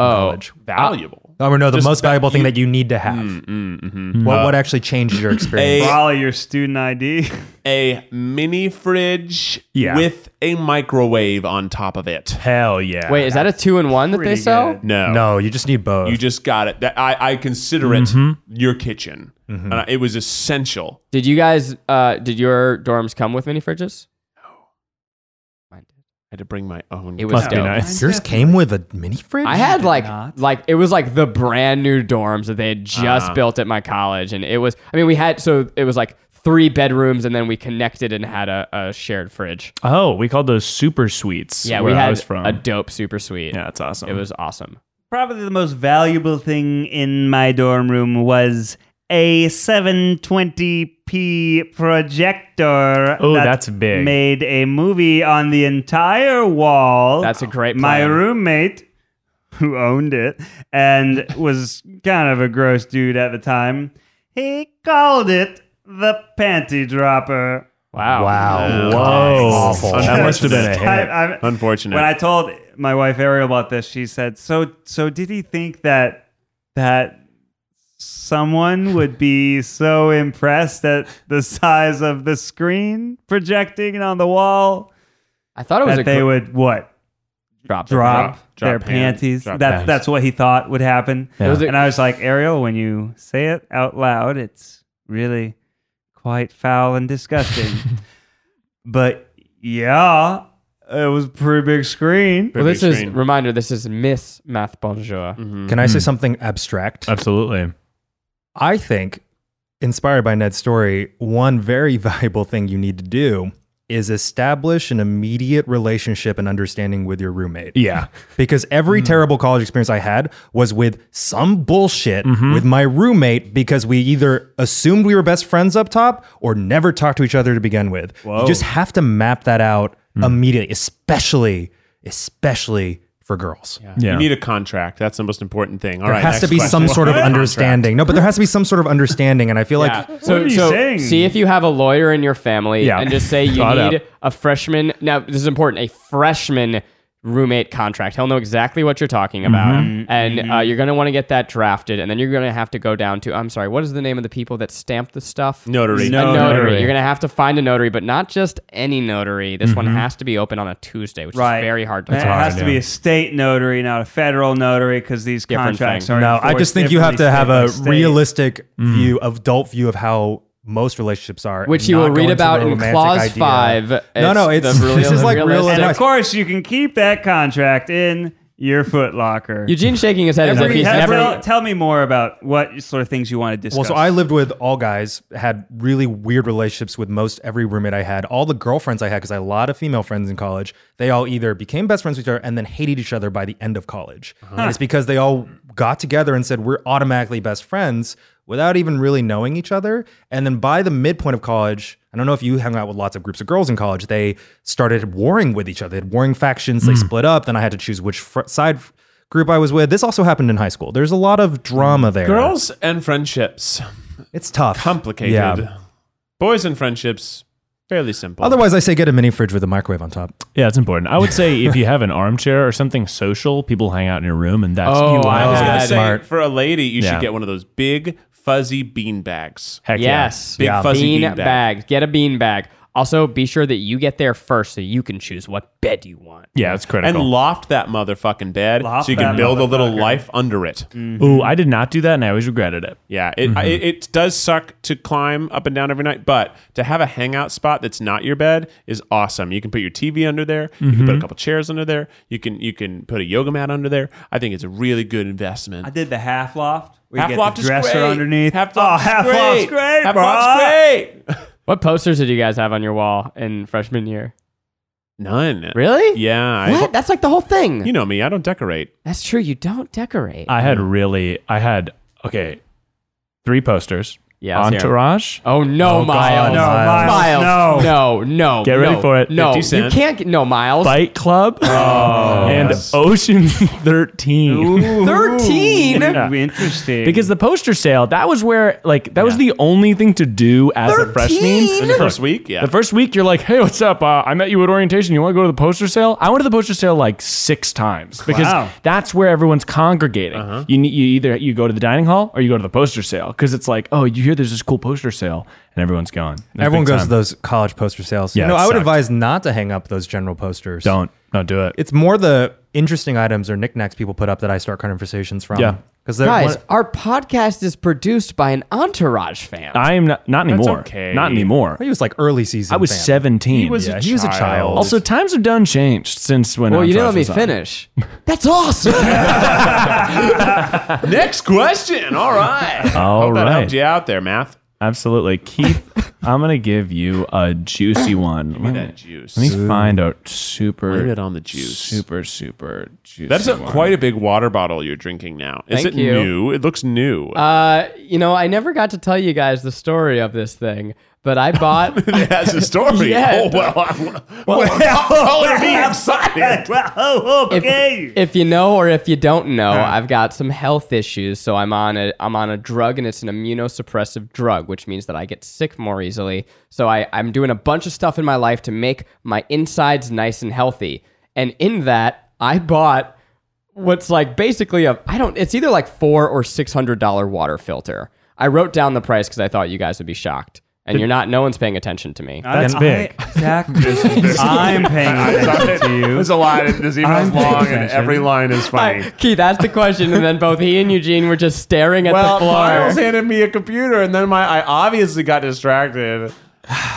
D: Oh,
A: College.
B: uh, valuable.
A: Or no, the
B: Just
A: most
B: that
A: valuable thing
B: you-
A: that you need to have.
B: Mm, mm, mhm.
A: What,
B: Uh,
A: what actually changed your experience?
B: a-
C: Follow your student ID.
B: a mini fridge
E: Yeah.
B: with a microwave on top of it.
E: Hell yeah.
D: wait, is that a two in one that they
C: Pretty
D: sell?
C: good.
B: No,
A: no, you just need both.
B: you just got it. That I, I consider it your kitchen. And I- it was essential.
D: Did you guys, uh, did your dorms come with mini fridges?
B: I had to bring my own.
D: It was
E: Must be
D: dope.
E: nice.
A: Yours came with a mini fridge.
D: I had like
C: not.
D: like it was like the brand new dorms that they had just
B: Ah.
D: built at my college, and it was I mean we had so it was like three bedrooms, and then we connected and had a, a shared fridge.
E: Oh, we called those super suites.
D: Yeah,
E: where
D: we
E: I
D: had
E: was from.
D: a dope super suite.
E: yeah, that's awesome.
D: it was awesome.
C: Probably the most valuable thing in my dorm room was a 720p projector.
E: Oh,
C: that
E: that's big.
C: Made a movie on the entire wall.
D: That's a great
C: My
D: plan.
C: roommate, who owned it and was kind of a gross dude at the time, he called it the panty dropper.
D: Wow.
A: wow.
E: Whoa.
A: Awful.
E: That must have been a
C: I-
E: hit.
C: I'm-
B: Unfortunate.
C: when I told my wife Ariel about this, she said, "So, so did he think that that someone would be so impressed at the size of the screen projecting on the wall
D: I thought it was a
C: that they
D: gr-
C: would what
D: drop.
C: drop,
B: Drop- drop
C: their
B: pan-
C: panties?
B: drop
C: that's
B: pants.
C: that's what he thought would happen."
E: Yeah.
D: was a-
C: And I was like, Ariel, when you say it out loud, it's really quite foul and disgusting. but yeah, it was a pretty big screen.
D: Well, this
B: Big
D: is
B: screen.
D: reminder. This is Miss Math Bonjour.
A: Can I say something
E: Uh,
A: abstract?
E: Absolutely.
A: I think, inspired by Ned's story, one very valuable thing you need to do is establish an immediate relationship and understanding with your roommate.
E: Yeah.
A: Because
D: Hmm.
A: every terrible college experience I had was with some bullshit
D: Mm-hmm.
A: with my roommate because we either assumed we were best friends up top or never talked to each other to begin with. You just have to map that out
D: Hmm.
A: immediately, especially, especially for girls.
E: Yeah.
B: You need a contract. That's the most important thing. All right,
A: There has
B: next
A: to be
B: question.
A: some sort of understanding. No, but there has to be some sort of understanding. And I feel like
D: Uh, So,
C: are you
D: so
C: saying?
D: see if you have a lawyer in your family
E: Yeah.
D: and just say you
E: Thought
D: need
E: out.
D: a freshman. Now, this is important a freshman roommate contract. He'll know exactly what you're talking about.
A: Mm-hmm.
D: And Uh, you're going to want to get that drafted. And then you're going to have to go down to, I'm sorry, what is the name of the people that stamp the stuff?
B: Notary.
D: a notary.
E: notary.
D: You're going to have to find a notary, but not just any notary. This
A: Mm-hmm.
D: one has to be open on a Tuesday, which
C: Right.
D: is very hard to
C: And it
D: find.
C: has to be a state notary, not a federal notary, because these
D: Different
C: contracts
D: thing.
C: are.
A: No, I
C: enforced
A: just think you have to
C: differently
A: have
C: state by
A: a
C: state.
A: realistic view, adult view of how most relationships are,
D: Which
A: and
D: you
A: not
D: will read
A: going for the
D: about in
A: romantic
D: clause
A: idea.
D: five.
A: No, no,
D: It's
A: it's
D: the
A: this is
D: real-
A: like real
D: realistic-
C: And of
A: advice.
C: course, you can keep that contract in your footlocker.
D: Eugene shaking his head as if
A: Every-
D: he's
C: Tell-
D: never.
C: tell, tell me more about what sort of things you want to discuss.
A: Well, so I lived with all guys, had really weird relationships with most every roommate I had. All the girlfriends I had, because I had a lot of female friends in college, they all either became best friends with each other and then hated each other by the end of college. And it's because they all got together and said, we're automatically best friends without even really knowing each other. And then by the midpoint of college, I don't know if you hung out with lots of groups of girls in college, they started warring with each other. They had warring factions, they split up. Then I had to choose which fr- side group I was with. This also happened in high school. There's a lot of drama there.
B: Girls and friendships
A: It's tough.
B: complicated.
A: Yeah.
B: Boys and friendships fairly simple.
A: Otherwise, I say get a mini fridge with a microwave on top.
E: Yeah, it's important. I would say if you have an armchair or something social, people hang out in your room, and that's
D: Oh,
E: you
D: I
E: want
B: I was
E: to
B: gonna
E: do
B: say,
E: that.
B: for a lady, you
E: Yeah.
B: should get one of those big fuzzy bean bags.
E: Heck yeah.
D: Yes.
B: Big fuzzy
D: bean,
B: bean bag.
D: bag. Get a bean bag. Also, be sure that you get there first so you can choose what bed you want.
E: Yeah, it's
B: And
E: critical.
B: loft that motherfucking bed
C: Loft
B: so you can
C: that
B: build a little
C: motherfucker. Mm.
B: life under it.
E: Ooh, I did not do that, and I always regretted it.
B: Yeah, it, I, it does suck to climb up and down every night, but to have a hangout spot that's not your bed is awesome. You can put your TV under there. You can put a couple chairs under there. You can you can put a yoga mat under there. I think it's a really good investment.
C: I did the half loft. We
B: half
C: get
B: loft
C: the
B: is
C: dresser
B: great.
C: underneath.
B: Half
C: oh,
B: loft's
C: half
B: great.
C: loft's great,
B: Half
C: bro.
B: loft's great.
D: What posters did you guys have on your wall in freshman year?
B: None.
D: Really?
B: Yeah.
D: What? That's like the whole thing.
B: I, you know me. I don't decorate.
D: That's true. You don't decorate.
E: I had really, I had okay, three posters.
D: Yeah, let's hear 'em.
E: Entourage.
D: Oh no,
A: Oh,
D: Miles.
A: God, no,
C: Miles,
D: Miles, No, no.
E: Get ready
D: no,
E: for it.
D: No,
B: 50
D: you
B: Cent.
D: can't get no Miles.
E: Fight Club
D: Oh,
E: and
A: yes.
E: Ocean's 13.
D: Thirteen.
E: Yeah.
C: Interesting.
E: Because the poster sale, that was where, like, that was the only thing to do as a freshman.
B: In the first week, yeah.
E: The first week, you're like, hey, what's up? Uh, I met you at orientation. You want to go to the poster sale? I went to the poster sale like six times because
C: Wow.
E: that's where everyone's congregating.
D: Uh-huh.
E: You need, you either you go to the dining hall or you go to the poster sale because it's like, oh, you hear there's this cool poster sale and everyone's gone. It's
A: Everyone
E: big
A: goes
E: time.
A: to those college poster sales.
E: Yeah,
A: no,
E: it
A: I would
E: sucked.
A: advise not to hang up those general posters.
E: Don't don't do it.
A: It's more the interesting items or knickknacks people put up that I start conversations from.
E: Yeah.
A: because they're
D: Guys,
A: one-
D: our podcast is produced by an Entourage fan.
E: I am not not anymore.
B: okay.
E: Not anymore.
A: he was like early season.
E: I was
A: fan.
E: 17.
B: He was a
A: Yeah, he was a
B: child.
A: child.
E: also, times have done changed since when.
D: well, you didn't let
E: Entourage
D: me
E: was on.
D: finish. That's awesome.
B: Next question. All right.
E: All
B: Hope that
E: right.
B: helped you out there, math.
E: Absolutely, Keith. I'm gonna give you a juicy one. Let me-
B: That juice.
E: Hmm. Let me find a
B: Blame
E: super
B: it on the juice.
E: super super juicy.
B: That's a,
E: one.
B: quite a big water bottle you're drinking now. Is
D: Thank
B: it
D: you.
B: new? It looks new.
D: Uh, you know, I never got to tell you guys the story of this thing, but I bought.
B: it has a story.
D: Yeah.
B: Oh well. I'm, well, color me excited.
F: Oh,
D: if,
F: okay.
D: if you know or if you don't know, I've got some health issues, so I'm on a I'm on a drug and it's an immunosuppressive drug, which means that I get sick more easily. So I, I'm doing a bunch of stuff in my life to make my insides nice and healthy. And in that, I bought what's like basically a I don't it's either like four or six hundred dollar water filter. I wrote down the price because I thought you guys would be shocked. And you're not no one's paying attention to me.
C: that's
E: big.
C: Exactly. I'm paying attention to you.
B: There's a line. This email
C: I'm
B: is
C: paying
B: long, and
C: attention.
B: every line is funny.
D: Keith asked the question, and then both he and Eugene were just staring at
B: Well,
D: the floor.
B: Miles handed me a computer, and then my I obviously got distracted.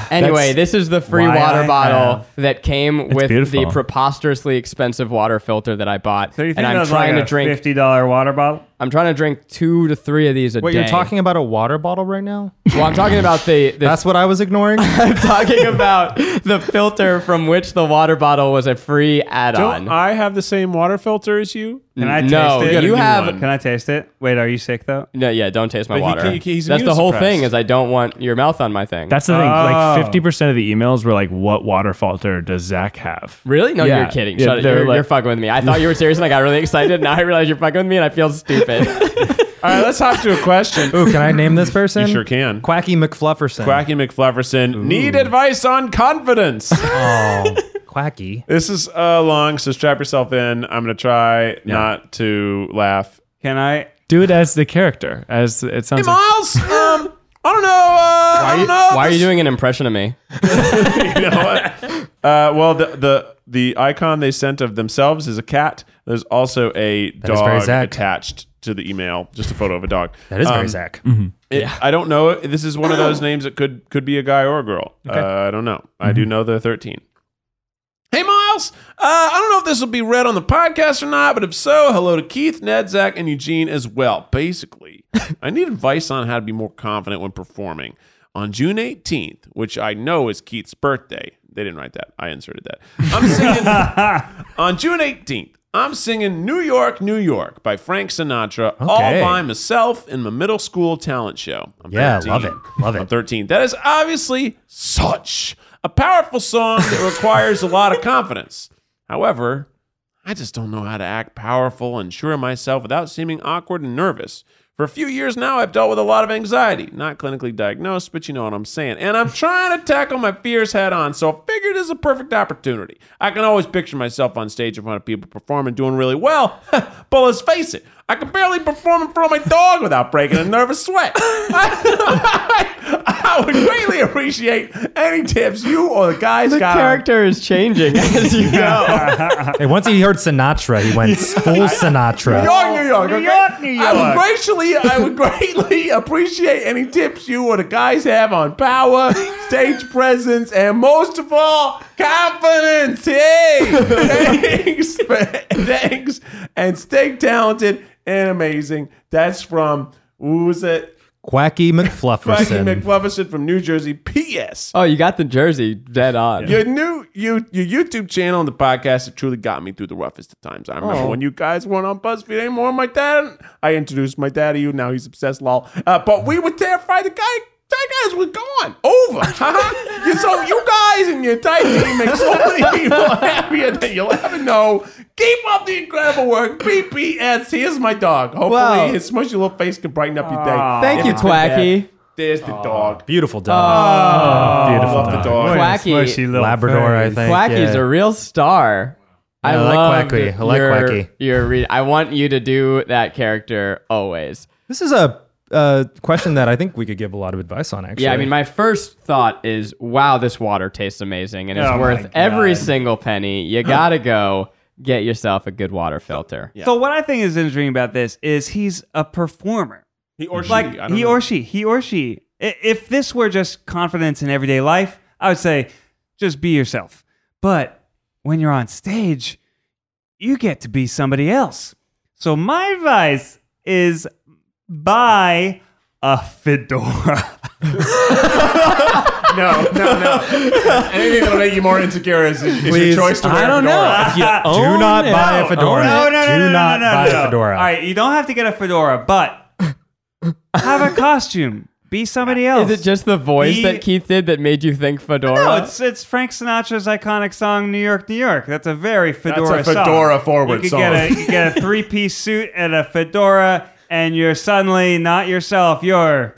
D: Anyway, this is the free
C: why
D: water
C: I
D: bottle
C: have-
D: that came with
E: beautiful.
D: the preposterously expensive water filter that I bought.
C: So you think
D: and
C: that
D: I'm
C: was
D: trying
C: like
D: to drink
C: a fifty dollar water bottle?
D: I'm trying to drink 2 to 3 of these a
A: Wait,
D: day.
A: you're talking about a water bottle right now?
D: Well, I'm talking about the, the
A: That's what I was ignoring.
D: I'm talking about the filter from which the water bottle was a free
B: Don't
D: add-on.
C: uh,
B: I have the same water filter as you?
C: Can I taste
D: No,
C: it?
D: you You have-
B: one.
C: Can I taste it? Wait, are you sick though?
D: no, yeah, don't taste my
B: he
D: water.
B: can't- he's
D: That's the whole
B: immunosuppressed.
D: thing is I don't want your mouth on my thing.
E: That's the thing.
C: Oh.
E: Like 50% of the emails were like, what water filter does Zach have?
D: Really? No,
E: Yeah.
D: you're kidding.
E: Yeah,
D: Shut it.
E: they're
D: You're,
E: like-
D: you're fucking with me. I thought you were serious and I got really excited. Now I realize you're fucking with me and I feel stupid.
B: All right, let's hop to a question.
A: Ooh, can I name this person?
B: You sure can.
A: Quacky McFlufferson.
B: Quacky McFleverson, need advice on confidence.
A: Oh, quacky.
B: This is uh, long, so strap yourself in. I'm gonna try not to laugh.
C: Can I?
E: Do it as the character. As it sounds like.
B: Miles, um, I don't know. Uh, I don't know.
D: Why are you doing an impression of me?
B: you know what? Uh, well, the, the the icon they sent of themselves is a cat. There's also a
A: is very
B: dog
A: Zach.
B: attached to the email, just a photo of a dog.
A: That is very
B: Um,
A: Zach.
E: mm-hmm.
B: it- I don't know. This is one of those names that could could be a guy or a girl. Uh, I don't know. I do know they're 13. Hey, Miles. Uh, I don't know if this will be read on the podcast or not, but if so, hello to Keith, Ned, Zach, and Eugene as well. Basically, I need advice on how to be more confident when performing. On June 18th, which I know is Keith's birthday, they didn't write that. I inserted that. I'm singing on June 18th. I'm singing New York, New York by Frank Sinatra all
A: Okay.
B: by myself in my middle school talent show. I'm
A: Yeah, love it. Love
B: I'm
A: it.
B: 13. That is obviously such a powerful song that requires a lot of confidence. However, I just don't know how to act powerful and sure of myself without seeming awkward and nervous. For a few years now, I've dealt with a lot of anxiety, not clinically diagnosed, but you know what I'm saying. And I'm trying to tackle my fears head on, so I figured it's a perfect opportunity. I can always picture myself on stage in front of people performing, doing really well. but let's face it, I can barely perform in front of my dog without breaking a nervous sweat. I, would greatly appreciate any tips you or the guys got.
D: Character is changing as you go.
A: Hey, once he heard Sinatra, he went full Sinatra.
B: New York, New York,
F: New
B: okay?
F: York, New York.
B: I would greatly, I would greatly appreciate any tips you or the guys have on power, stage presence, and most of all, confidence. Hey, thanks, thanks, and stay talented and amazing. That's from who was it?
A: Quacky
B: Frankie
A: McFlufferson.
B: McLovison from New Jersey. P.S.
D: Oh, you got the jersey dead on.
B: Your new you your YouTube channel and the podcast have truly got me through the roughest of times. I remember
D: Oh.
B: when you guys weren't on BuzzFeed anymore. My dad, I introduced my dad to you. Now he's obsessed, lol. Uh, but we were terrified. The guy, that guys were gone, over. You- so you guys and your tight team make so many people happier than you'll ever know. Keep up the incredible work. BPS. Here's my dog. Hopefully,
D: Wow.
B: his smushy little face can brighten up your day.
D: Thank you,
B: It's been bad.
D: Quacky.
B: There's the dog.
A: Beautiful dog.
D: Ah.
B: Beautiful love the dog.
D: Oh, Quacky.
C: Smushy little
A: Labrador, I
C: face.
A: think.
D: Quacky's
A: yeah.
D: a real star.
A: Yeah, I like
D: loved
A: Quacky. I like
D: your,
A: Quacky.
D: Your re- I want you to do that character always.
A: This is a uh, question that I think we could give a lot of advice on, actually.
D: Yeah, I mean, my first thought is, wow, this water tastes amazing and it's
C: Oh my
D: worth every
C: God.
D: single penny. You gotta go get yourself a good water filter.
C: So what I think is interesting about this is he's a performer.
B: He or she. I
C: Like
B: don't
C: he
B: know.
C: or she, he or she. I- If this were just confidence in everyday life, I would say just be yourself. But when you're on stage, you get to be somebody else. So my advice is buy a fedora.
B: No, no, no. Anything that'll make you more insecure is, is your
A: Please.
B: choice to wear.
E: I
B: a
E: don't know.
B: fedora.
E: If you
A: Do
B: Oh,
E: own
A: not
E: it-
A: buy a fedora.
C: No, no, no,
A: Do
C: no, no,
A: not
C: no, no,
A: buy
C: no.
A: a fedora.
C: All right, you don't have to get a fedora, but have a costume. Be somebody else.
D: Is it just the voice
C: He-
D: that Keith did that made you think Fedora?
B: Uh,
C: No, it's it's Frank Sinatra's iconic song "New York, New York." That's a very fedora.
B: That's a fedora
C: song.
B: forward
C: You could
B: song.
C: get a you could get a three piece suit and a fedora, and you're suddenly not yourself. You're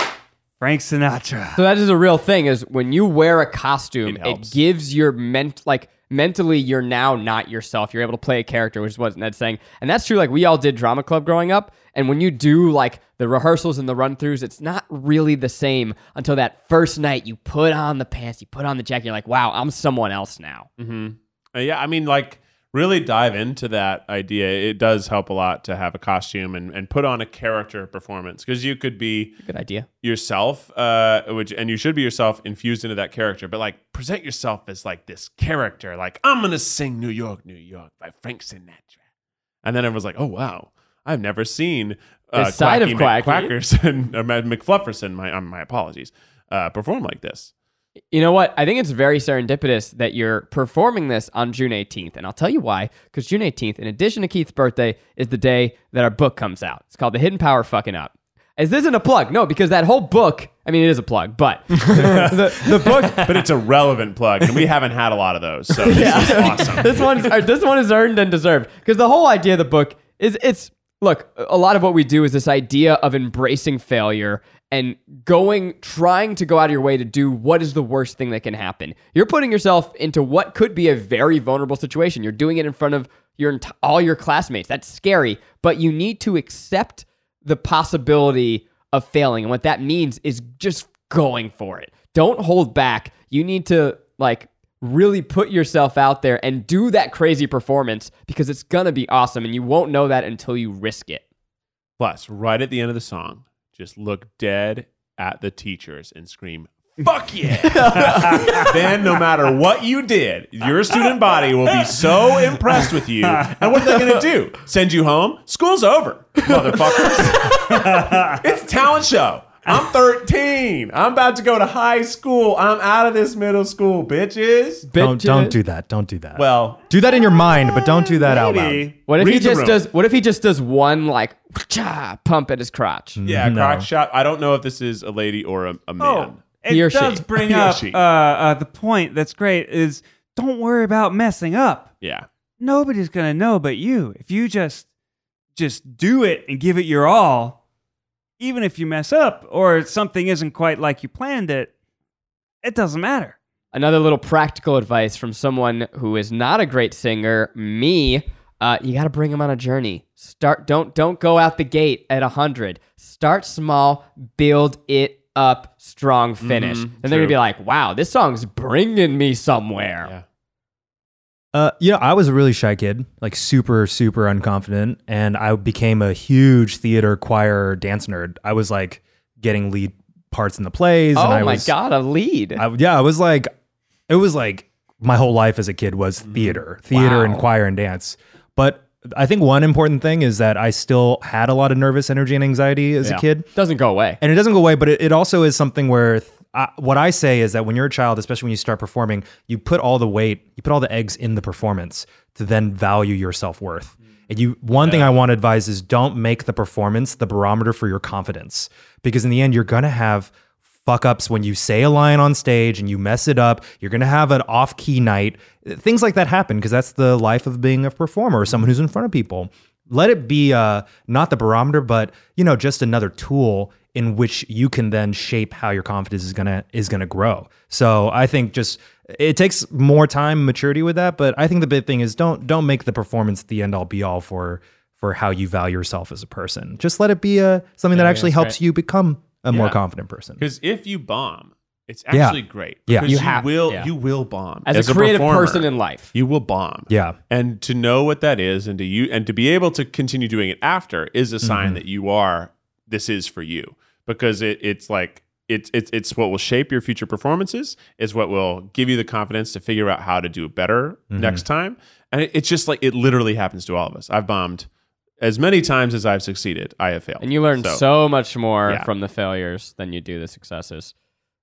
C: Frank Sinatra.
D: so that is a real thing. Is when you wear a costume, it,
B: helps.
D: gives your ment like mentally you're now not yourself. You're able to play a character, which is what Ned's saying, and that's true. Like we all did drama club growing up, and when you do like the rehearsals and the run throughs, it's not really the same until that first night. You put on the pants, you put on the jacket. You're like, wow, I'm someone else now.
B: Uh, yeah, I mean, like, really dive into that idea. It does help a lot to have a costume and, and put on a character performance because you could be
D: Good idea.
B: yourself, uh, which and you should be yourself infused into that character. But like, present yourself as like this character. Like, I'm gonna sing "New York, New York" by Frank Sinatra, and then everyone's like, "Oh wow." I've never seen uh,
D: This side of
B: Quacky
D: Quacky."
B: McQuackerson or Mc- McFlufferson. My um, my apologies. Uh, perform like this.
D: You know what? I think it's very serendipitous that you're performing this on June 18th. And I'll tell you why. Because June 18th, in addition to Keith's birthday, is the day that our book comes out. It's called The Hidden Power Fucking Up. Is this isn't a plug? No, because that whole book, I mean, it is a plug, but the, the book.
B: But it's a relevant plug, and we haven't had a lot of those. So this is awesome.
D: this one's or this one is earned and deserved because the whole idea of the book is it's look a lot of what we do is this idea of embracing failure and going trying to go out of your way to do what is the worst thing that can happen you're putting yourself into what could be a very vulnerable situation you're doing it in front of your ent- all your classmates that's scary but you need to accept the possibility of failing and what that means is just going for it don't hold back you need to like really put yourself out there and do that crazy performance because it's going to be awesome and you won't know that until you risk it.
B: Plus, right at the end of the song, just look dead at the teachers and scream, Fuck yeah! then, no matter what you did, your student body will be so impressed with you. And what are they going to do? Send you home? School's over, motherfuckers. it's talent show. I'm 13. I'm about to go to high school. I'm out of this middle school, bitches.
A: Don't, don't
D: Bitches.
A: do that. Don't do that.
B: Well,
A: do that in your mind, but don't do that out loud.
D: What if he
B: read the
D: just
B: room.
D: does what if he just does one like cha pump at his crotch?
B: yeah,
A: No.
B: crotch shot. I don't know if this is a lady or a, a man.
C: it
D: He or she.
C: does bring
B: Oh, He or
C: up
B: she.
C: uh, uh, the point that's great is don't worry about messing up.
B: Yeah.
C: Nobody's gonna know but you if you just just do it and give it your all. Even if you mess up or something isn't quite like you planned it, it doesn't matter.
D: Another little practical advice from someone who is not a great singer, me. Uh, you got to bring him on a journey. Start. Don't don't go out the gate at hundred. Start small. Build it up, strong finish.
B: Mhm,
A: Mm-hmm.
D: and they're
B: true.
D: gonna be like, wow, this song's bringing me somewhere.
B: Yeah.
A: Uh, you know, I was a really shy kid, like super, super unconfident, and I became a huge theater, choir, dance nerd. I was like getting lead parts in the plays.
D: Oh
A: and I
D: my
A: was,
D: god, a lead.
A: I, yeah, I was like, it was like my whole life as a kid was theater, theater and choir and dance. But I think one important thing is that I still had a lot of nervous energy and anxiety as
B: Yeah.
A: a kid.
D: Doesn't go away.
A: And it doesn't go away, but it, it also is something where th- I, what I say is that when you're a child, especially when you start performing, you put all the weight, you put all the eggs in the performance to then value your self worth. And you, one thing I want to advise is don't make the performance the barometer for your confidence, because in the end, you're gonna have fuck ups when you say a line on stage and you mess it up. You're gonna have an off key night. Things like that happen because that's the life of being a performer or someone who's in front of people let it be uh, not the barometer, but you know, just another tool in which you can then shape how your confidence is gonna is gonna grow. So I think just it takes more time, and maturity with that, but I think the big thing is don't don't make the performance the end all be all for for how you value yourself as a person. Just let it be uh something that actually helps you become a more
B: Yeah.
A: confident person.
B: Because if you bomb, it's
A: Yeah.
B: actually great.
A: Yeah.
B: Because
A: You
B: you,
D: have-
B: will
D: yeah.
B: you will bomb
D: As, a creative
B: performer,
D: person in life.
B: you will bomb.
A: Yeah.
B: And to know what that is, and to you, and to be able to continue doing it after is a sign
A: Mm-hmm.
B: that you are this is for you because it it's like. It's, it's, it's what will shape your future performances is what will give you the confidence to figure out how to do it better
A: Mm-hmm.
B: next time and it, it's just like it literally happens to all of us i've bombed as many times as i've succeeded i have failed
D: And you learn so, much more
B: Yeah.
D: from the failures than you do the successes.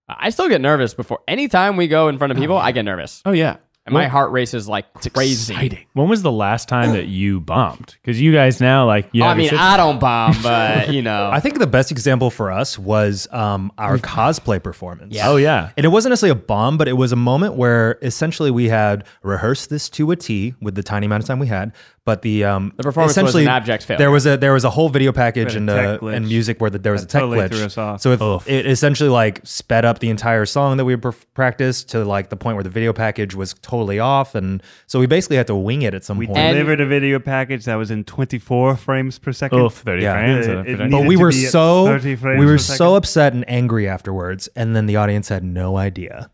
D: I I still get nervous before anytime we go in front of people, I get nervous.
B: oh yeah
D: And my heart races like crazy.
B: exciting
E: When was the last time that you bombed? Because you guys now, like, you
D: Oh, I
E: have your
D: mean, I
E: shit-
D: don't bomb, but you know.
A: I think the best example for us was um, our cosplay performance.
D: Yeah.
E: oh yeah,
A: And it wasn't necessarily a bomb, but it was a moment where essentially we had rehearsed this to a T with the tiny amount of time we had. But the um, the
D: performance was an abject failure.
A: There was a there was a whole video package
C: had a
A: and
C: tech
A: uh,
C: glitch.
A: and music where that there was
C: That
A: a tech
C: totally
A: glitch.
C: threw us off.
A: So it, it essentially like sped up the entire song that we had perf- practiced to like the point where the video package was totally off, and so we basically had to wing it at some
C: We
A: point.
D: And-
C: delivered a video package that was in 24 frames per second.
E: oof, thirty
A: Yeah.
E: frames.
C: It-
E: uh,
C: it
E: production.
C: needed
A: but we
C: to
A: were
C: be at
A: so
C: 30
A: we
C: frames
A: were
C: per
A: so
C: second.
A: upset and angry afterwards, and then the audience had no idea.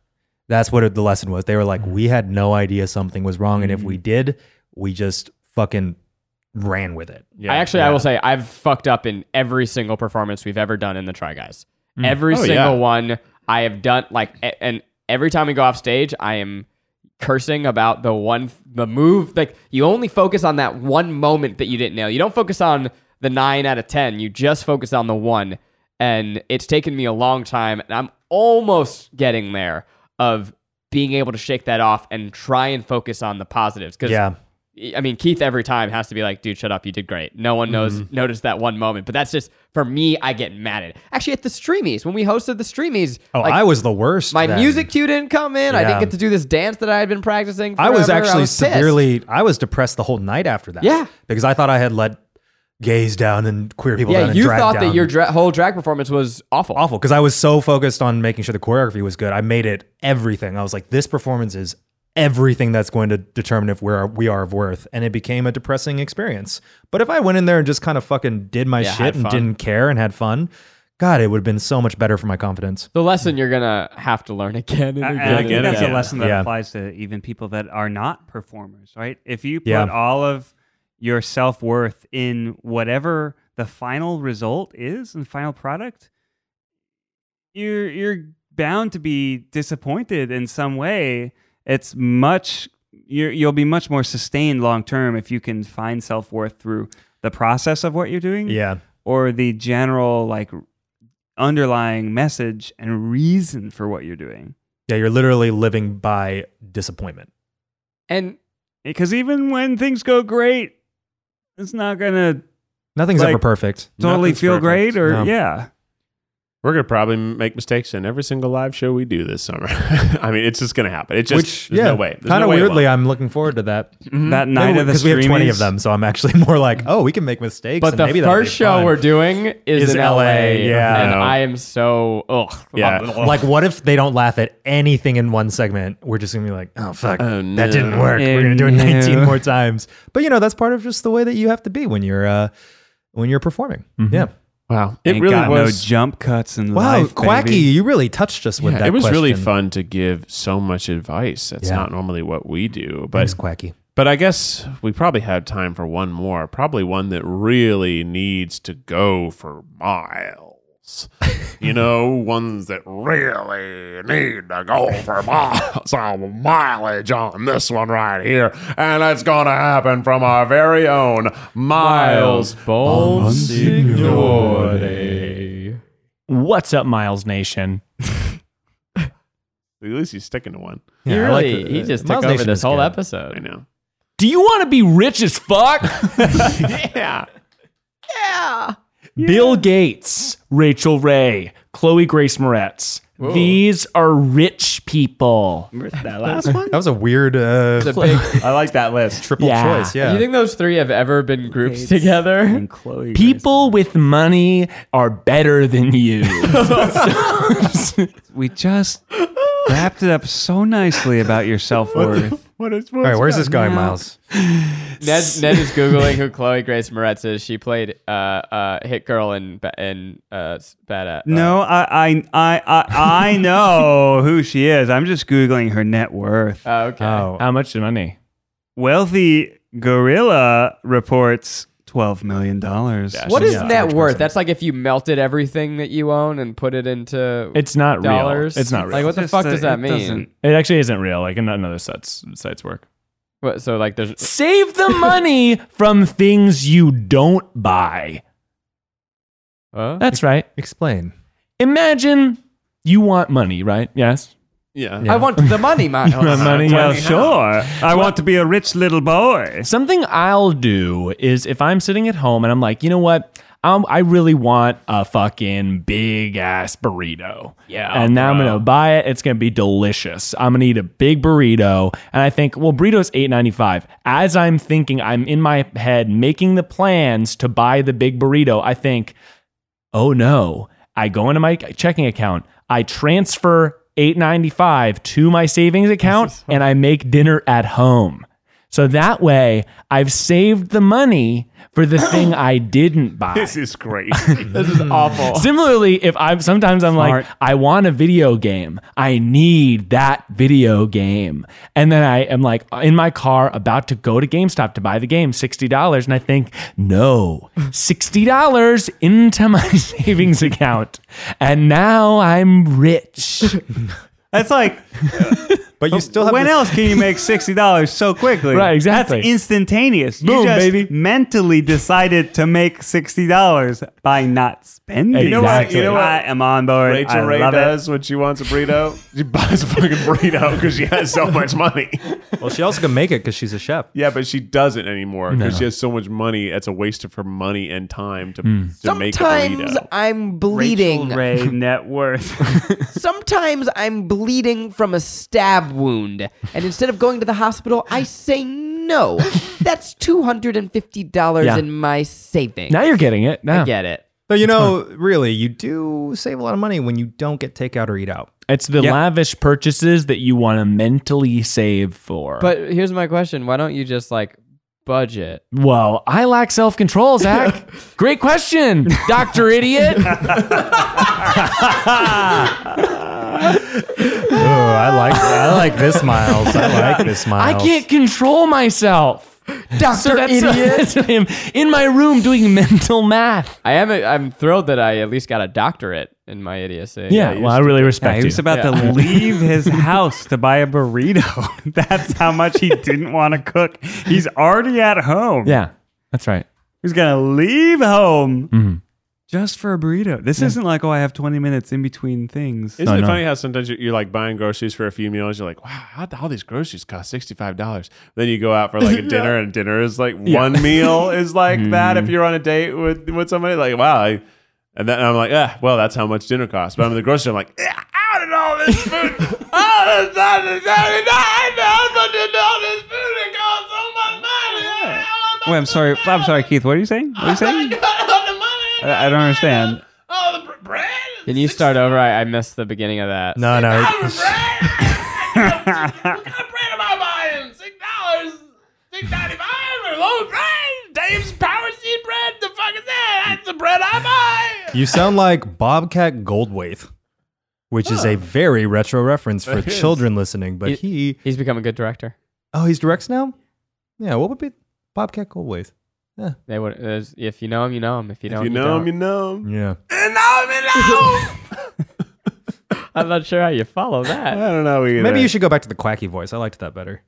A: That's what the lesson was. They were like, we had no idea something was wrong, and if
C: Mm.
A: we did, we just fucking ran with it.
B: yeah.
D: I actually, I will say, I've fucked up in every single performance we've ever done in the Try Guys. Every
B: Oh,
D: single
B: yeah.
D: one I have done, like, a- and every time we go off stage, I am cursing about the one, the move. Like, you only focus on that one moment that you didn't nail. You don't focus on the nine out of 10, you just focus on the one. And it's taken me a long time, and I'm almost getting there of being able to shake that off and try and focus on the positives. Because
A: Yeah.
D: I mean, Keith every time has to be like, dude, shut up. You did great. No one knows
A: Mm-hmm.
D: noticed that one moment. But that's just for me, I get mad at it. Actually, at the streamies, when we hosted the streamies,
A: Oh,
D: like,
A: I was the worst.
D: my
A: then.
D: music cue didn't come in. I didn't
A: Yeah.
D: get to do this dance that I had been practicing.
A: I was
D: forever.
A: actually
D: was pissed.
A: severely. I was depressed the whole night after that.
D: Yeah.
A: because I thought I had let gays down and queer people down.
D: Yeah,
A: and
D: you
A: drag
D: thought
A: down.
D: that your dra- whole drag performance was awful.
A: awful because I was so focused on making sure the choreography was good. I made it everything. I was like, this performance is everything that's going to determine if we're we are of worth. And it became a depressing experience. But if I went in there and just kind of fucking did my
D: had
A: shit and
D: fun.
A: didn't care and had fun, God, it would have been so much better for my confidence.
D: The lesson you're gonna have to learn again and
C: I-
D: again.
C: and I
D: and
C: think that's
D: again.
C: a lesson that
A: Yeah.
C: applies to even people that are not performers, right? If you put
A: Yeah.
C: all of your self worth in whatever the final result is and final product, you're you're bound to be disappointed in some way. It's much you're, you'll be much more sustained long term if you can find self worth through the process of what you're doing
A: Yeah.
C: or the general like underlying message and reason for what you're doing.
A: Yeah, you're literally living by disappointment.
D: And
C: Because even when things go great, it's not gonna
A: Nothing's
C: Like-
A: ever perfect.
C: totally
B: Nothing's
C: feel
B: perfect.
C: great. Or
A: No.
C: yeah,
B: We're gonna probably make mistakes in every single live show we do this summer. I mean, it's just gonna happen. It's just
A: Which,
B: there's
A: yeah,
B: no way. There's
A: kind
B: no
A: of
B: way it
A: weirdly,
B: won't.
A: I'm looking forward to Mm-hmm. that.
C: that night of the
A: because we have 20 of
C: streamies-
A: them, so I'm actually more like, oh, we can make mistakes.
D: but
A: and
D: the
A: maybe that'll
D: first
A: be
D: show
A: fun.
D: we're doing is,
A: Is
D: in
A: LA, yeah.
D: and
B: No.
D: I am so ugh.
B: Yeah.
A: like what if they don't laugh at anything in one segment we're just gonna be like oh fuck
B: Oh, no.
A: that didn't work
C: Oh,
A: we're gonna do it
C: no.
A: 19 more times but you know that's part of just the way that you have to be when you're uh when you're performing yeah
B: Wow, it
C: Ain't
B: really
C: got
B: was.
C: no jump cuts in
A: Wow,
C: life.
A: Quacky,
C: baby.
A: you really touched us with
B: Yeah,
A: that.
B: it was really
A: question.
B: fun to give so much advice. That's
A: Yeah.
B: not normally what we do, but
A: Thanks, Quacky.
B: but I guess we probably had time for one more. Probably one that really needs to go for miles. you know, ones that really need to go for miles. Some mileage on this one right here, and it's gonna happen from our very own Miles.
D: Bonsignore.
E: What's up, Miles Nation?
B: At least he's sticking to one.
D: He
A: Yeah, I like
D: really,
A: the- uh,
D: he just
A: Miles
D: took over
A: Nation
D: this
A: is
D: whole
A: good.
B: I
D: episode.
B: know.
E: Do you want to be rich as fuck?
B: Yeah.
E: Bill Gates, Rachel Ray, Chloe Grace Moretz. These are rich people.
C: that last one.
A: That was a weird
D: It's
A: uh,
D: a big,
C: I like that list.
A: triple
E: Yeah.
A: choice. Yeah.
D: You think those three have ever been grouped together?
C: And Chloe
E: People with money are better than you.
C: Grace- we just wrapped it up so nicely about your self worth.
B: What is
A: All right, where's this guy,
C: Yeah.
A: Miles?
D: Ned, Ned is googling who Chloe Grace Moretz is. She played uh, uh, Hit Girl in Ba- in uh, s- Bad at.
C: No, I, I, I, I, I know who she is. I'm just googling her net worth.
D: Oh, okay.
E: How much money?
C: Wealthy gorilla reports twelve million dollars.
D: what is
A: Yeah.
D: net worth? That's like if you melted everything that you own and put it into
E: It's not
D: dollars.
E: real. It's not real.
D: Like what the
C: Just
D: fuck
C: that
D: does that
C: it
D: mean?
C: doesn't-
E: it actually isn't real. Like none of those sites sites work.
D: What, so like there's
E: Save the money from things you don't buy.
D: Huh?
E: That's right.
A: Explain.
E: Imagine you want money, right? Yes.
B: Yeah.
D: I want the money, man.
E: want money?
C: Well,
E: Yes.
C: sure. I want to be a rich little boy.
E: Something I'll do is if I'm sitting at home and I'm like, you know what? Um, I really want a fucking big ass burrito.
D: Yeah,
E: And now I'm gonna buy it. It's gonna be delicious. I'm gonna eat a big burrito. And I think, well, burrito's $8.95. As I'm thinking, I'm in my head making the plans to buy the big burrito. I think, oh no. I go into my checking account. I transfer $8.95 to my savings account and I make dinner at home. So that way, I've saved the money for the thing I didn't buy.
B: This is great.
D: This is awful.
E: Similarly, if I'm sometimes I'm
C: Smart.
E: like, I want a video game. I need that video game. And then I am like in my car about to go to GameStop to buy the game, $60. And I think, no, $60 into my savings account. And now I'm rich.
C: That's like
A: But you still have
C: when
A: this-
C: else can you make sixty dollars so quickly?
E: Right, exactly.
C: That's instantaneous. you
E: Boom,
C: just
E: baby.
C: mentally decided to make sixty dollars by not spending.
E: You know what- Exactly. you know what
C: I am on board. I
B: Rachel Ray
C: love it.
B: does when she wants a burrito. She buys a fucking burrito because she has so much money.
A: Well, she also can make it because she's a chef.
B: Yeah, but she doesn't anymore because she has so much money. It's a waste of her money and time to,
C: Hmm.
B: to make a
G: Sometimes
B: burrito.
G: I'm
C: Rachel
G: bleeding.
C: Ray net worth.
G: Sometimes I'm bleeding from a stab wound. And instead of going to the hospital, I say no. That's $250
E: Yeah.
G: in my savings.
E: now you're getting it. Now
D: I get it.
A: So you know, really, you do save a lot of money when you don't get takeout or eat out.
E: it's the lavish purchases that you want to mentally save for.
D: But here's my question: Why don't you just like budget?
E: Well, I lack self control, Zach. Great question, Dr. Idiot.
A: Oh, I like I like this, Miles. I like this,
E: I
A: Miles.
E: can't control myself. Dr.
G: idiot.
E: I'm in my room doing mental math.
D: I am. I'm thrilled that I at least got a doctorate in my idiocy.
E: Yeah, well, I really respect
C: he was
E: you.
C: about to leave his house to buy a burrito. That's how much he didn't want to cook. He's already at home.
E: yeah, that's right.
C: He's gonna leave home just for a burrito. This isn't like oh, I have twenty minutes in between things.
B: Isn't
E: I
B: it
E: know.
B: funny how sometimes you're, you're like buying groceries for a few meals? You're like, wow, how all these groceries cost sixty five dollars. Then you go out for like a dinner, and dinner is like one meal is like that.
C: Hmm.
B: If you're on a date with with somebody, like wow, I, and then I'm like, ah, well, that's how much dinner costs. But I'm in the grocery, I'm like, yeah, how did all this food? How did all this food? How did all this food? It costs so much money.
C: Wait, I'm sorry. I'm sorry, Keith. What are you saying? What are you saying? I, I don't understand.
B: Oh, the bread.
D: Can you start over? I, I missed the beginning of that.
A: No, no.
B: what kind of bread am I buying? Six dollars, six ninety five, or low bread? Dave's power seed bread? The fuck is that? That's the bread I buy.
A: You sound like Bobcat Goldthwait, which is a very retro reference for
B: It is.
A: children listening. But
D: It-
A: he,
D: He's become a good director.
A: oh, he's directs now. Yeah, what would be Bobcat Goldthwait?
D: They would there's- if you know him, you know him. If you don't,
B: If you
D: you
B: know him,
D: don't.
B: you know him.
A: Yeah,
D: I'm not sure how you follow that.
B: I don't know either.
A: maybe you should go back to the quacky voice. I liked that better.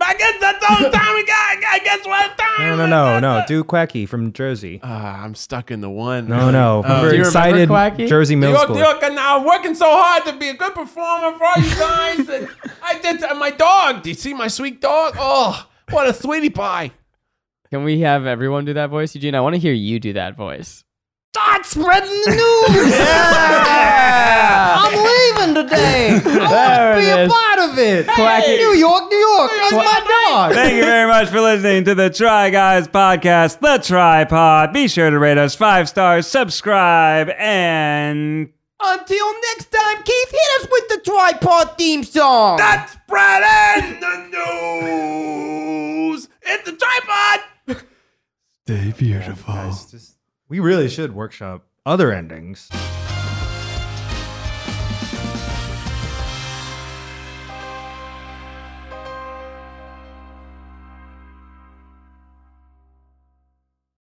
B: I guess that's all the time we got. I guess what time?
A: No, no, no, no. Do quacky from Jersey.
B: Ah, I'm stuck in the one.
A: No, no.
B: Oh.
A: From
D: Do
A: very
D: you remember
A: excited
D: Quacky?
A: Jersey middle
B: York,
A: school.
B: York, and I'm working so hard to be a good performer for all you guys. and I did and my dog. Do you see my sweet dog? Oh, what a sweetie pie.
D: Can we have everyone do that voice, Eugene? I want to hear you do that voice.
G: Start spreading the news. I'm leaving today.
D: There
G: I want to be
D: it
G: a
D: is.
G: part of it.
D: Quacky.
G: New York, New York. That's my dog.
C: Thank you very much for listening to the Try Guys podcast, The Tripod. Be sure to rate us five stars, subscribe, and
G: Until next time, Keith, hit us with the tripod theme song.
B: That's spreading the news. It's a tripod.
A: We really should workshop other endings.